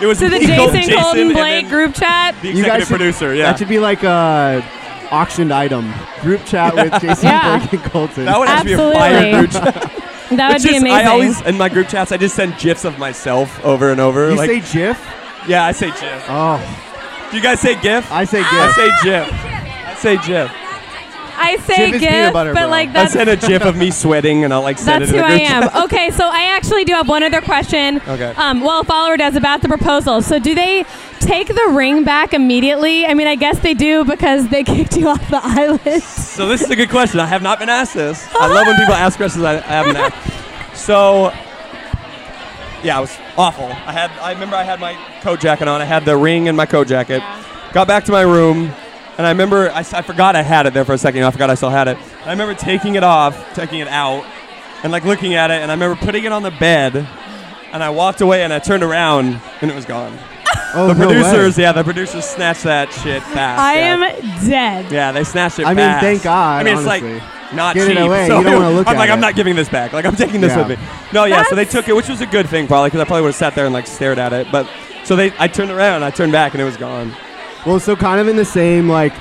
Speaker 3: It was
Speaker 1: to the
Speaker 3: me, Colton,
Speaker 1: Jason, Colton
Speaker 3: and
Speaker 1: Blake
Speaker 3: then
Speaker 1: group chat,
Speaker 3: the
Speaker 2: You guys
Speaker 3: executive
Speaker 2: should-
Speaker 3: producer, yeah.
Speaker 2: That should be like a auctioned item. Group chat with Jason
Speaker 1: Yeah.
Speaker 2: Blake and Colton.
Speaker 3: That would have to be a
Speaker 1: Absolutely.
Speaker 3: fire group chat.
Speaker 1: that would
Speaker 3: It's
Speaker 1: be
Speaker 3: just-
Speaker 1: amazing.
Speaker 3: I always in my group chats I just send gifs of myself over and over.
Speaker 2: you
Speaker 3: like
Speaker 2: say GIF?
Speaker 3: yeah, I say gif.
Speaker 2: Oh,
Speaker 3: Do you guys say gif?
Speaker 2: I say GIF.
Speaker 3: I say gif. I say gif.
Speaker 1: I say
Speaker 2: Jif is
Speaker 1: gift,
Speaker 2: peanut butter,
Speaker 1: but
Speaker 2: bro.
Speaker 1: like
Speaker 3: I
Speaker 1: that's
Speaker 3: send a gif of me sweating and I'll like send
Speaker 1: that's
Speaker 3: it
Speaker 1: who
Speaker 3: in the
Speaker 1: I
Speaker 3: group chat.
Speaker 1: am. Okay, so I actually do have one other question.
Speaker 3: Okay.
Speaker 1: Um, well, a follower does about the proposal. So, do they take the ring back immediately? I mean, I guess they do because they kicked you off the island.
Speaker 3: So this is a good question. I have not been asked this. I love when people ask questions I, I haven't asked. So yeah, it was awful. I had I remember I had my coat jacket on. I had the ring in my coat jacket. Got back to my room. And I remember, I, s- I forgot I had it there for a second. I forgot I still had it. I remember taking it off, taking it out, and like looking at it, and I remember putting it on the bed. And I walked away and I turned around and it was gone.
Speaker 2: Oh,
Speaker 3: The
Speaker 2: no way.
Speaker 3: producers, yeah, the producers snatched that shit fast.
Speaker 1: I
Speaker 3: yeah.
Speaker 1: am dead.
Speaker 3: Yeah, they snatched it
Speaker 2: I mean,
Speaker 3: fast.
Speaker 2: thank God,
Speaker 3: I mean, it's
Speaker 2: honestly.
Speaker 3: like not
Speaker 2: Get it
Speaker 3: cheap.
Speaker 2: away,
Speaker 3: So
Speaker 2: you don't wanna look
Speaker 3: I'm
Speaker 2: at
Speaker 3: like, I'm
Speaker 2: it.
Speaker 3: not giving this back. Like, I'm taking this
Speaker 2: Yeah.
Speaker 3: with me. No, yeah. So they
Speaker 5: That's-
Speaker 3: took it, which was a good thing probably because I probably would have sat there and like stared at it. But so they, I turned around, I turned back, and it was gone.
Speaker 2: Well, so kind of in the same like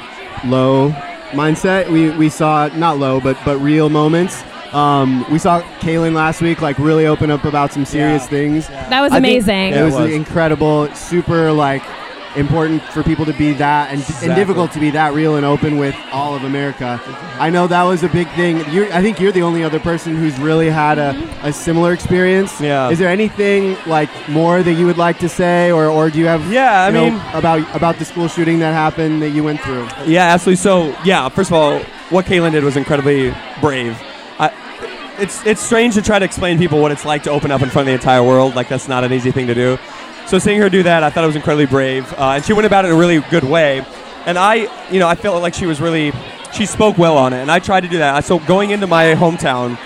Speaker 2: low mindset, we, we saw not low, but but real moments. Um, we saw Kaylin last week like really open up about some serious
Speaker 3: Yeah.
Speaker 2: things.
Speaker 1: That was
Speaker 2: I think
Speaker 1: amazing.
Speaker 2: It
Speaker 3: Yeah, it
Speaker 2: was,
Speaker 3: was.
Speaker 2: incredible, super like important for people to be that and, and
Speaker 3: Exactly.
Speaker 2: difficult to be that real and open with all of America. I know that was a big thing. you I think you're the only other person who's really had a,
Speaker 1: Mm-hmm.
Speaker 2: a similar experience.
Speaker 3: Yeah.
Speaker 2: Is there anything like more that you would like to say or, or do you have
Speaker 3: Yeah, I
Speaker 2: you know,
Speaker 3: mean-
Speaker 2: about about the school shooting that happened that you went through?
Speaker 3: Yeah, absolutely. So, yeah, first of all, what Caitlin did was incredibly brave. I, it's it's strange to try to explain to people what it's like to open up in front of the entire world. Like that's not an easy thing to do. So seeing her do that, I thought it was incredibly brave, uh, and she went about it in a really good way. And I, you know, I felt like she was really, she spoke well on it, and I tried to do that. So going into my hometown,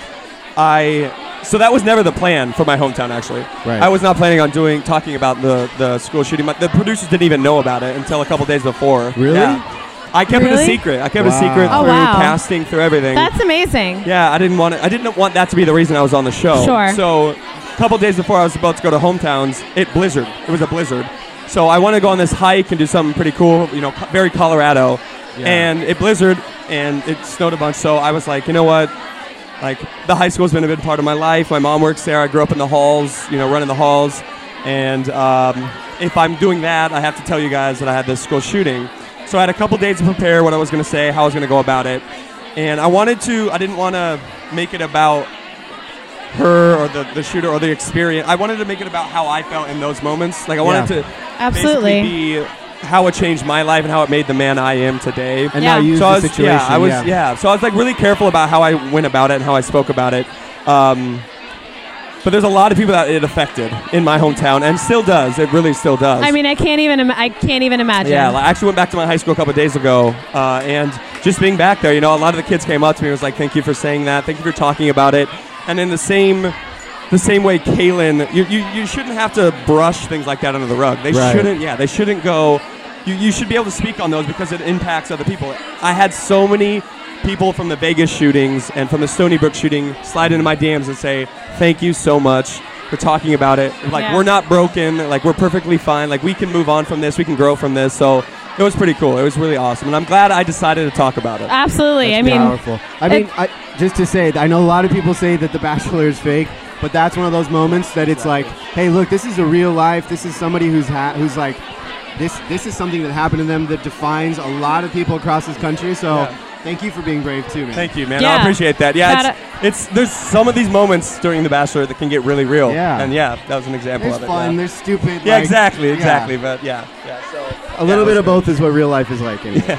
Speaker 3: I, so that was never the plan for my hometown. Actually,
Speaker 2: Right.
Speaker 3: I was not planning on doing talking about the the school shooting. My, the producers didn't even know about it until a couple days before.
Speaker 2: Really?
Speaker 3: Yeah. I kept it a
Speaker 1: Really?
Speaker 3: secret. I kept it a
Speaker 2: Wow.
Speaker 3: secret
Speaker 1: Oh,
Speaker 3: through
Speaker 1: wow.
Speaker 3: casting, through everything.
Speaker 1: That's amazing.
Speaker 3: Yeah, I didn't want it. I didn't want that to be the reason I was on the show.
Speaker 1: Sure.
Speaker 3: So, a couple days before I was about to go to hometowns, it blizzard. It was a blizzard. So I want to go on this hike and do something pretty cool. You know, co- very Colorado, and it blizzard and it snowed a bunch. So I was like, you know what? Like the high school's been a big part of my life. My mom works there. I grew up in the halls. You know, running the halls. And um, if I'm doing that, I have to tell you guys that I had this school shooting. So I had a couple days to prepare what I was going to say, how I was going to go about it. And I wanted to, I didn't want to make it about her or the, the shooter or the experience. I wanted to make it about how I felt in those moments. Like I wanted
Speaker 2: Yeah.
Speaker 3: to
Speaker 1: Absolutely.
Speaker 3: basically be how it changed my life and how it made the man I am today.
Speaker 2: And
Speaker 1: Yeah.
Speaker 2: now use
Speaker 3: so I
Speaker 2: the
Speaker 3: was,
Speaker 2: situation.
Speaker 3: yeah, I was, yeah. So I was like really careful about how I went about it and how I spoke about it. Um, but there's a lot of people that it affected in my hometown, and still does. It really still does.
Speaker 1: I mean, I can't even. Im- I can't even imagine.
Speaker 3: Yeah, like, I actually went back to my high school a couple of days ago, uh, and just being back there, you know, a lot of the kids came up to me and was like, "Thank you for saying that. Thank you for talking about it." And in the same, the same way, Kalen, you, you you shouldn't have to brush things like that under the rug. They
Speaker 2: Right.
Speaker 3: shouldn't. Yeah, they shouldn't go. You, you should be able to speak on those because it impacts other people. I had so many people from the Vegas shootings and from the Stony Brook shooting slide into my DMs and say, "Thank you so much." for talking about it. Like
Speaker 1: Yeah.
Speaker 3: we're not broken. Like we're perfectly fine. Like we can move on from this. We can grow from this. So it was pretty cool. It was really awesome, and I'm glad I decided to talk about
Speaker 1: Uh,
Speaker 3: it.
Speaker 1: Absolutely. I mean,
Speaker 2: powerful. I mean,
Speaker 1: it-
Speaker 2: I, just to say, I know a lot of people say that The Bachelor is fake, but that's one of those moments that it's like, hey, look, this is a real life. This is somebody who's ha- who's like, this this is something that happened to them that defines a lot of people across this country. So,
Speaker 3: Yeah.
Speaker 2: thank you for being brave too, man.
Speaker 3: Thank you, man. I
Speaker 1: Yeah.
Speaker 3: appreciate that. Yeah,
Speaker 1: Gotta-
Speaker 3: it's, it's there's some of these moments during The Bachelor that can get really real.
Speaker 2: Yeah.
Speaker 3: and yeah, that was an example
Speaker 2: There's
Speaker 3: of it.
Speaker 2: fun.
Speaker 3: Yeah,
Speaker 2: There's stupid.
Speaker 3: Yeah,
Speaker 2: like-
Speaker 3: exactly,
Speaker 2: yeah.
Speaker 3: exactly. But yeah, yeah. So
Speaker 2: A little
Speaker 3: Yeah,
Speaker 2: bit of both is what real life is like. Anyway.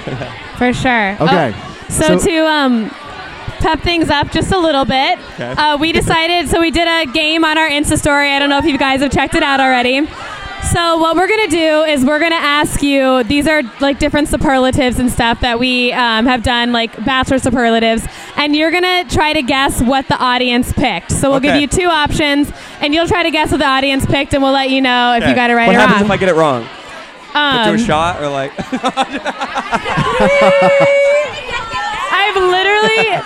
Speaker 1: for sure.
Speaker 2: Okay.
Speaker 1: Oh, so,
Speaker 2: so-
Speaker 1: to um, pep things up just a little bit,
Speaker 3: Okay.
Speaker 1: uh, we decided. so we did a game on our Insta story. I don't know if you guys have checked it out already. So what we're gonna do is we're gonna ask you. These are like different superlatives and stuff that we um, have done, like bachelor superlatives, and you're gonna try to guess what the audience picked. So we'll give
Speaker 3: Okay.
Speaker 1: you two options, and you'll try to guess what the audience picked, and we'll let you know if
Speaker 3: Okay.
Speaker 1: you got it right
Speaker 3: what
Speaker 1: or
Speaker 3: happens
Speaker 1: wrong.
Speaker 3: if I get it wrong? Do
Speaker 1: Um,
Speaker 3: a shot or like?
Speaker 1: I've literally,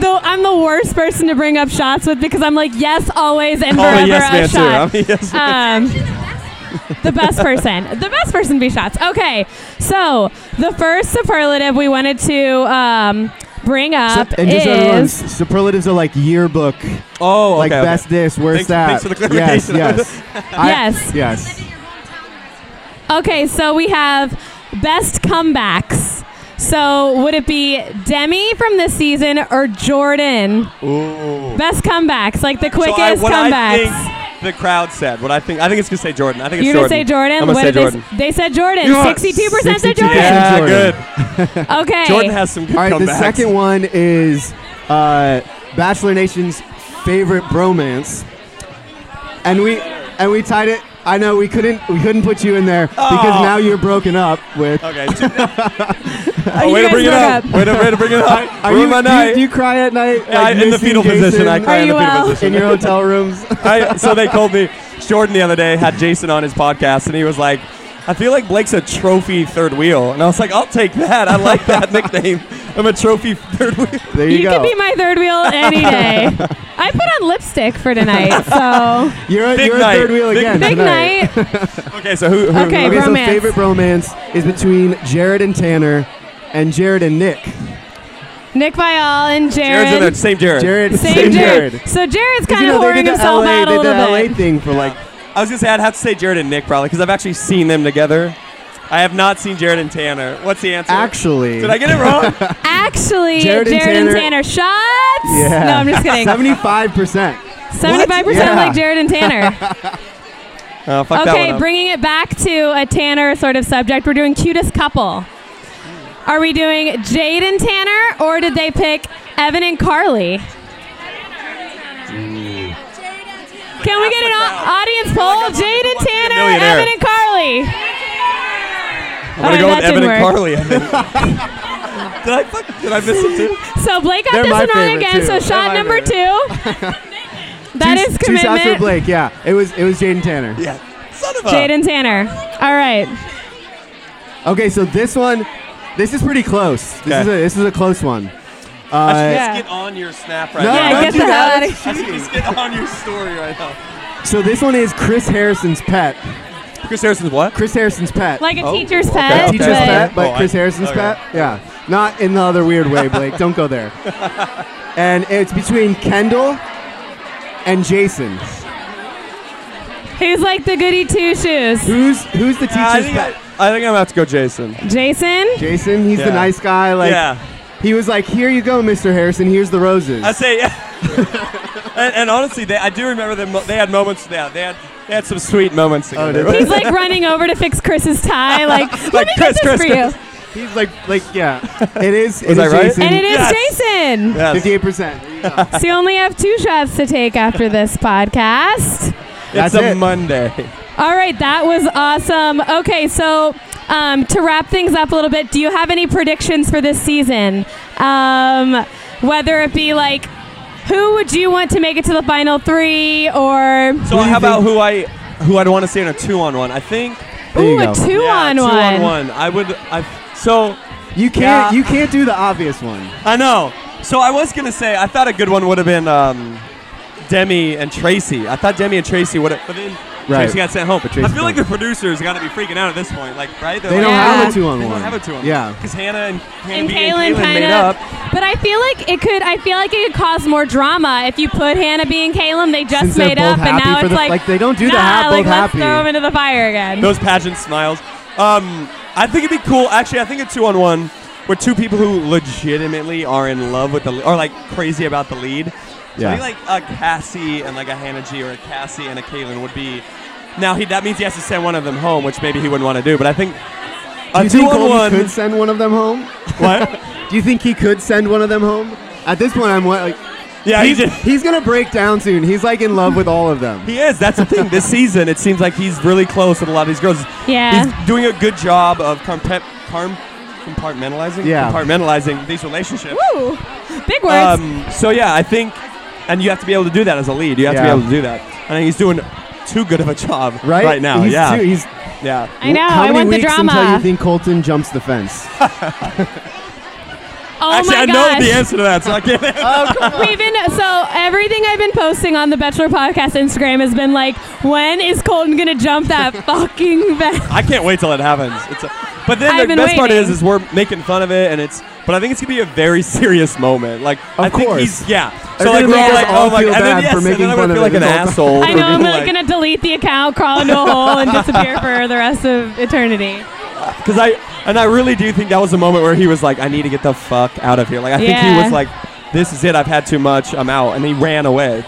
Speaker 1: though, I'm the worst person to bring up shots with because I'm like, yes, always and forever
Speaker 3: oh yes,
Speaker 1: a
Speaker 3: man. Too.
Speaker 1: shot.
Speaker 3: I'm a yes. man.
Speaker 1: Um, the best person. The best person to be shots. Okay, so the first superlative we wanted to um, bring up
Speaker 2: and just so everyone,
Speaker 1: is.
Speaker 2: superlatives are like yearbook,
Speaker 3: oh, okay,
Speaker 2: like
Speaker 3: okay.
Speaker 2: best this, worst
Speaker 3: Thanks- thanks
Speaker 2: that.
Speaker 3: for the clarification.
Speaker 2: Yes, yes, I-
Speaker 1: Yes.
Speaker 2: yes.
Speaker 1: Okay, so we have best comebacks. So would it be Demi from this season or Jordan?
Speaker 3: Ooh.
Speaker 1: Best comebacks, like the quickest
Speaker 3: so I, what
Speaker 1: comebacks.
Speaker 3: I think the crowd said. What I think. I think it's gonna say Jordan. I think it's
Speaker 1: You're gonna say Jordan.
Speaker 3: I'm gonna
Speaker 1: what
Speaker 3: say
Speaker 1: did they
Speaker 3: Jordan.
Speaker 1: s- They, said Jordan.
Speaker 3: You know what?
Speaker 1: Sixty-two percent said
Speaker 2: 62%.
Speaker 1: Jordan.
Speaker 3: Yeah,
Speaker 2: Jordan.
Speaker 3: good.
Speaker 1: Okay.
Speaker 3: Jordan has some good
Speaker 2: All right,
Speaker 3: comebacks.
Speaker 2: the second one is uh, Bachelor Nation's favorite bromance, and we and we tied it I know we couldn't we couldn't put you in there because
Speaker 3: Oh.
Speaker 2: now you're broken up with.
Speaker 3: Okay. t-
Speaker 1: you
Speaker 3: oh, way to
Speaker 1: guys
Speaker 3: bring it
Speaker 1: broke
Speaker 3: up.
Speaker 1: up.
Speaker 3: Way to, way to bring it up.
Speaker 2: Are
Speaker 3: Ruin
Speaker 2: you,
Speaker 3: my
Speaker 2: do you,
Speaker 3: night.
Speaker 2: do you cry at night?
Speaker 3: Yeah, I- in the
Speaker 2: missing
Speaker 3: fetal position, I
Speaker 2: Jason
Speaker 3: cry in
Speaker 1: Are
Speaker 3: the
Speaker 1: you
Speaker 3: fetal
Speaker 1: well?
Speaker 3: position.
Speaker 2: in your hotel rooms.
Speaker 3: I, so they told me Jordan the other day had Jason on his podcast, and he was like, "I feel like Blake's a trophy third wheel," and I was like, "I'll take that. I like that nickname. I'm a trophy third wheel."
Speaker 2: There you,
Speaker 1: You,
Speaker 2: go.
Speaker 1: could be my third wheel any day. I put on lipstick for tonight, so
Speaker 2: you're a,
Speaker 3: Big
Speaker 2: you're a
Speaker 3: night.
Speaker 2: third wheel
Speaker 3: Big-
Speaker 2: again.
Speaker 1: big
Speaker 2: tonight.
Speaker 1: night.
Speaker 3: Okay, so who? who
Speaker 1: Okay,
Speaker 2: Okay,
Speaker 1: romance.
Speaker 2: so favorite bromance is between Jared and Tanner and Jared and Nick.
Speaker 1: Nick Vial and
Speaker 3: Jared's in
Speaker 1: Jared.
Speaker 3: there. Same Jared.
Speaker 2: Jared,
Speaker 1: Same,
Speaker 2: same
Speaker 1: Jared.
Speaker 2: Jared.
Speaker 1: So Jared's
Speaker 2: 'Cause,
Speaker 1: kind
Speaker 2: you
Speaker 1: of
Speaker 2: know, they
Speaker 1: whoring
Speaker 2: did the
Speaker 1: himself
Speaker 2: LA,
Speaker 1: out a
Speaker 2: did
Speaker 1: little
Speaker 2: the
Speaker 1: bit.
Speaker 2: LA thing for like
Speaker 3: I was gonna say I'd have to say Jared and Nick probably because I've actually seen them together. I have not seen Jared and Tanner. What's the answer?
Speaker 2: actually.
Speaker 3: Did I get it wrong?
Speaker 1: Actually, Jared,
Speaker 2: Jared and
Speaker 1: and Tanner
Speaker 2: Tanner-
Speaker 1: shots.
Speaker 2: Yeah.
Speaker 1: No, I'm just kidding.
Speaker 2: Seventy-five percent.
Speaker 1: Seventy-five percent
Speaker 2: Yeah.
Speaker 1: like Jared and Tanner.
Speaker 3: oh, fuck that one
Speaker 1: okay,
Speaker 3: up.
Speaker 1: bringing it back to a Tanner sort of subject. We're doing cutest couple. Are we doing Jade and Tanner, or did they pick Evan and Carly? Can we get an au- audience poll? Jade and Tanner,
Speaker 3: millionaire.
Speaker 1: Evan and Carly.
Speaker 3: I'm gonna
Speaker 1: Oh,
Speaker 3: go
Speaker 1: that
Speaker 3: with
Speaker 1: didn't
Speaker 3: Evan
Speaker 1: work.
Speaker 3: and Carly. I think. did I fuck? Did I miss it too?
Speaker 1: So Blake got
Speaker 2: They're
Speaker 1: this
Speaker 2: my
Speaker 1: one wrong
Speaker 2: favorite,
Speaker 1: again.
Speaker 2: too.
Speaker 1: So
Speaker 2: They're
Speaker 1: shot
Speaker 2: my
Speaker 1: number
Speaker 2: favorite.
Speaker 1: two. That
Speaker 2: two,
Speaker 1: is
Speaker 2: two shots for
Speaker 1: commitment.
Speaker 2: Blake. Yeah, it was it was Jaden Tanner.
Speaker 3: Yeah. Son of a.
Speaker 1: Jade and Tanner. All right.
Speaker 2: Okay, so this one, this is pretty close. This
Speaker 3: Okay.
Speaker 2: is a this is a close one.
Speaker 3: I should
Speaker 2: Uh,
Speaker 1: Yeah.
Speaker 3: just get on your snap right
Speaker 2: No,
Speaker 3: now.
Speaker 1: Yeah,
Speaker 2: don't
Speaker 1: get
Speaker 2: do
Speaker 1: the hell
Speaker 2: that.
Speaker 1: outta
Speaker 3: I should just get on your story right now.
Speaker 2: So this one is Chris Harrison's pet.
Speaker 3: Chris Harrison's what?
Speaker 2: Chris Harrison's pet.
Speaker 1: Like a
Speaker 3: Oh,
Speaker 1: teacher's
Speaker 3: okay.
Speaker 1: pet.
Speaker 2: teacher's
Speaker 1: but-
Speaker 3: Okay.
Speaker 2: pet,
Speaker 3: Oh,
Speaker 2: but
Speaker 3: I-
Speaker 2: Chris Harrison's
Speaker 3: okay.
Speaker 2: pet. Yeah, not in the other weird way, Blake. Don't go there. And it's between Kendall and Jason.
Speaker 1: Who's like the goody two shoes?
Speaker 2: Who's who's the teacher's
Speaker 3: Uh, I, think I,
Speaker 2: pet?
Speaker 3: I think I'm about to go Jason.
Speaker 1: Jason?
Speaker 2: Jason. He's
Speaker 3: Yeah.
Speaker 2: the nice guy. Like
Speaker 3: yeah.
Speaker 2: he was like, here you go, Mr. Harrison. Here's the roses.
Speaker 3: I say yeah. and, and honestly, they, I do remember them. They had moments. Yeah, they had they had some sweet moments together.
Speaker 2: did they?
Speaker 1: He's like running over to fix Chris's tie. Like, let
Speaker 3: Like,
Speaker 1: me
Speaker 3: Chris,
Speaker 1: get this
Speaker 3: Chris,
Speaker 1: for
Speaker 3: Chris.
Speaker 1: you.
Speaker 2: He's like like yeah. It is. it is
Speaker 3: Was I right?
Speaker 2: Jason.
Speaker 1: And it is
Speaker 3: Yes.
Speaker 1: Jason.
Speaker 3: Yes.
Speaker 2: Fifty-eight percent.
Speaker 1: So you only have two shots to take after this podcast.
Speaker 3: It's
Speaker 2: That's
Speaker 3: a
Speaker 2: it.
Speaker 3: Monday.
Speaker 1: All right, that was awesome. Okay, so um, to wrap things up a little bit, do you have any predictions for this season? Um, whether it be like, who would you want to make it to the final three, or
Speaker 3: So
Speaker 2: Who do you
Speaker 3: how about
Speaker 2: think-
Speaker 3: who I who I'd want to see in a two on one? I think
Speaker 2: There you
Speaker 1: ooh,
Speaker 2: go.
Speaker 1: a two
Speaker 3: yeah,
Speaker 1: on
Speaker 3: two
Speaker 1: one?
Speaker 3: on one. I would. I so
Speaker 2: You can't
Speaker 3: Yeah.
Speaker 2: you can't do the obvious one.
Speaker 3: I know. So I was gonna say I thought a good one would have been um, Demi and Tracy. I thought Demi and Tracy would have, but then
Speaker 2: Right.
Speaker 3: Tracy got sent home.
Speaker 2: But Tracy's
Speaker 3: I feel like the
Speaker 2: gone.
Speaker 3: producers got to be freaking out at this point. Like, right? They're
Speaker 2: They
Speaker 3: like,
Speaker 2: don't
Speaker 1: Yeah.
Speaker 2: have a two on
Speaker 3: They
Speaker 2: one.
Speaker 3: don't have a two on one.
Speaker 2: Yeah.
Speaker 3: Because Hannah and
Speaker 1: and
Speaker 3: Hannah B
Speaker 1: Kaylin
Speaker 3: made
Speaker 1: kind
Speaker 3: up.
Speaker 1: of. But I feel like it could. I feel like it could cause more drama if you put Hannah B and Kaylin. They just
Speaker 2: Since they're
Speaker 1: made
Speaker 2: both
Speaker 1: up, and
Speaker 2: happy
Speaker 1: now
Speaker 2: for
Speaker 1: it's
Speaker 2: the-
Speaker 1: like
Speaker 2: like, they don't do the
Speaker 1: nah,
Speaker 2: ha- both
Speaker 1: like, let's
Speaker 2: happy.
Speaker 1: throw them into the fire again.
Speaker 3: Those pageant smiles. Um, I think it'd be cool. Actually, I think a two on one with two people who legitimately are in love with the le- or like crazy about the lead. So
Speaker 2: Yeah.
Speaker 3: I think like a Cassie and like a Hannah G or a Cassie and a Kaylin would be. Now he that means he has to send one of them home, which maybe he wouldn't want to do. But I think
Speaker 2: Do
Speaker 3: a
Speaker 2: you
Speaker 3: two
Speaker 2: think
Speaker 3: on
Speaker 2: Colby
Speaker 3: one.
Speaker 2: could send one of them home?
Speaker 3: What?
Speaker 2: Do you think he could send one of them home? At this point, I'm wa- like,
Speaker 3: Yeah, he did.
Speaker 2: he's gonna break down soon. He's like in love with all of them.
Speaker 3: He is. That's the thing. This season, it seems like he's really close with a lot of these girls.
Speaker 1: Yeah.
Speaker 3: He's doing a good job of compa- carm- compartmentalizing.
Speaker 2: Yeah.
Speaker 3: Compartmentalizing these relationships.
Speaker 1: Woo, big words.
Speaker 3: Um, so yeah, I think, and you have to be able to do that as a lead. You have to
Speaker 2: Yeah.
Speaker 3: be able to do that. I think he's doing too good of a job
Speaker 2: Right?
Speaker 3: now.
Speaker 2: He's
Speaker 3: yeah,
Speaker 2: Too, he's,
Speaker 3: yeah.
Speaker 1: I know.
Speaker 2: How
Speaker 1: I
Speaker 2: many
Speaker 1: want the
Speaker 2: weeks until
Speaker 1: drama.
Speaker 2: you think Colton jumps the fence?
Speaker 1: oh
Speaker 3: Actually,
Speaker 1: my
Speaker 3: I
Speaker 1: gosh.
Speaker 3: know the answer to that, so I can't.
Speaker 2: Uh,
Speaker 1: We've been so everything I've been posting on the Bachelor Podcast Instagram has been like, when is Colton gonna jump that fucking fence?
Speaker 3: I can't wait till it happens. It's a, but then
Speaker 1: I've
Speaker 3: the
Speaker 1: been
Speaker 3: best part
Speaker 1: waiting.
Speaker 3: is, is we're making fun of it, and it's. But I think it's gonna be a very serious moment. Like I think
Speaker 2: course.
Speaker 3: he's yeah.
Speaker 2: They're
Speaker 3: So like
Speaker 2: gonna
Speaker 3: we're
Speaker 2: make
Speaker 3: all
Speaker 2: us
Speaker 3: like,
Speaker 2: all
Speaker 3: oh my,
Speaker 2: feel
Speaker 3: and then,
Speaker 2: bad
Speaker 3: yes,
Speaker 2: for
Speaker 3: and
Speaker 2: making
Speaker 3: then I'm
Speaker 2: fun
Speaker 3: gonna
Speaker 2: of
Speaker 3: feel like
Speaker 2: it
Speaker 3: an
Speaker 2: this whole time.
Speaker 3: asshole.
Speaker 1: I
Speaker 3: for
Speaker 1: know I'm
Speaker 3: being,
Speaker 1: like, gonna delete the account, crawl into a hole, and disappear for the rest of eternity.
Speaker 3: Because I and I really do think that was a moment where he was like, "I need to get the fuck out of here." Like I think he
Speaker 1: Yeah.
Speaker 3: was like, "This is it. I've had too much. I'm out," and he ran away.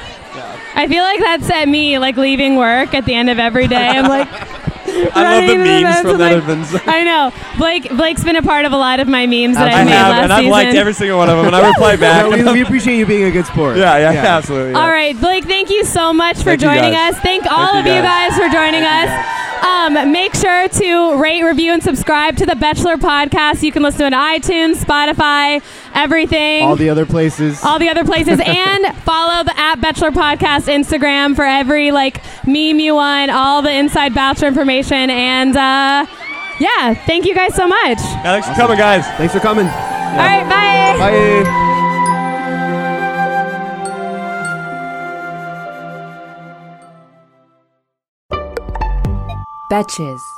Speaker 1: I feel like that's at me, like leaving work at the end of every day. I'm like,
Speaker 3: I love
Speaker 1: running
Speaker 3: the
Speaker 1: into
Speaker 3: memes
Speaker 1: fence
Speaker 3: from
Speaker 1: and,
Speaker 3: that
Speaker 1: like,
Speaker 3: event.
Speaker 1: I know. Blake Blake's been a part of a lot of my memes that
Speaker 3: I
Speaker 1: I made
Speaker 3: have,
Speaker 1: last
Speaker 3: and I've
Speaker 1: season.
Speaker 3: liked every single one of them, and I reply back.
Speaker 2: No,
Speaker 3: and
Speaker 2: we,
Speaker 3: I'm-
Speaker 2: we appreciate you being a good sport.
Speaker 3: yeah, yeah, absolutely. yeah.
Speaker 1: All right, Blake, thank you so much for
Speaker 3: Thank you
Speaker 1: joining
Speaker 3: guys.
Speaker 1: us. Thank all of
Speaker 3: Thank you
Speaker 1: you
Speaker 3: guys.
Speaker 1: guys for joining
Speaker 3: Thank you
Speaker 1: us. Um, make sure to rate, review, and subscribe to the Bachelor podcast. You can listen to it on iTunes, Spotify, everything.
Speaker 2: All the other places.
Speaker 1: all the other places and follow the at bachelor podcast instagram for every like meme you want all the inside bachelor information and uh, yeah thank you guys so much
Speaker 3: Yeah, thanks for coming, guys.
Speaker 2: Thanks for coming.
Speaker 1: all right bye
Speaker 2: Bye.
Speaker 6: Betches.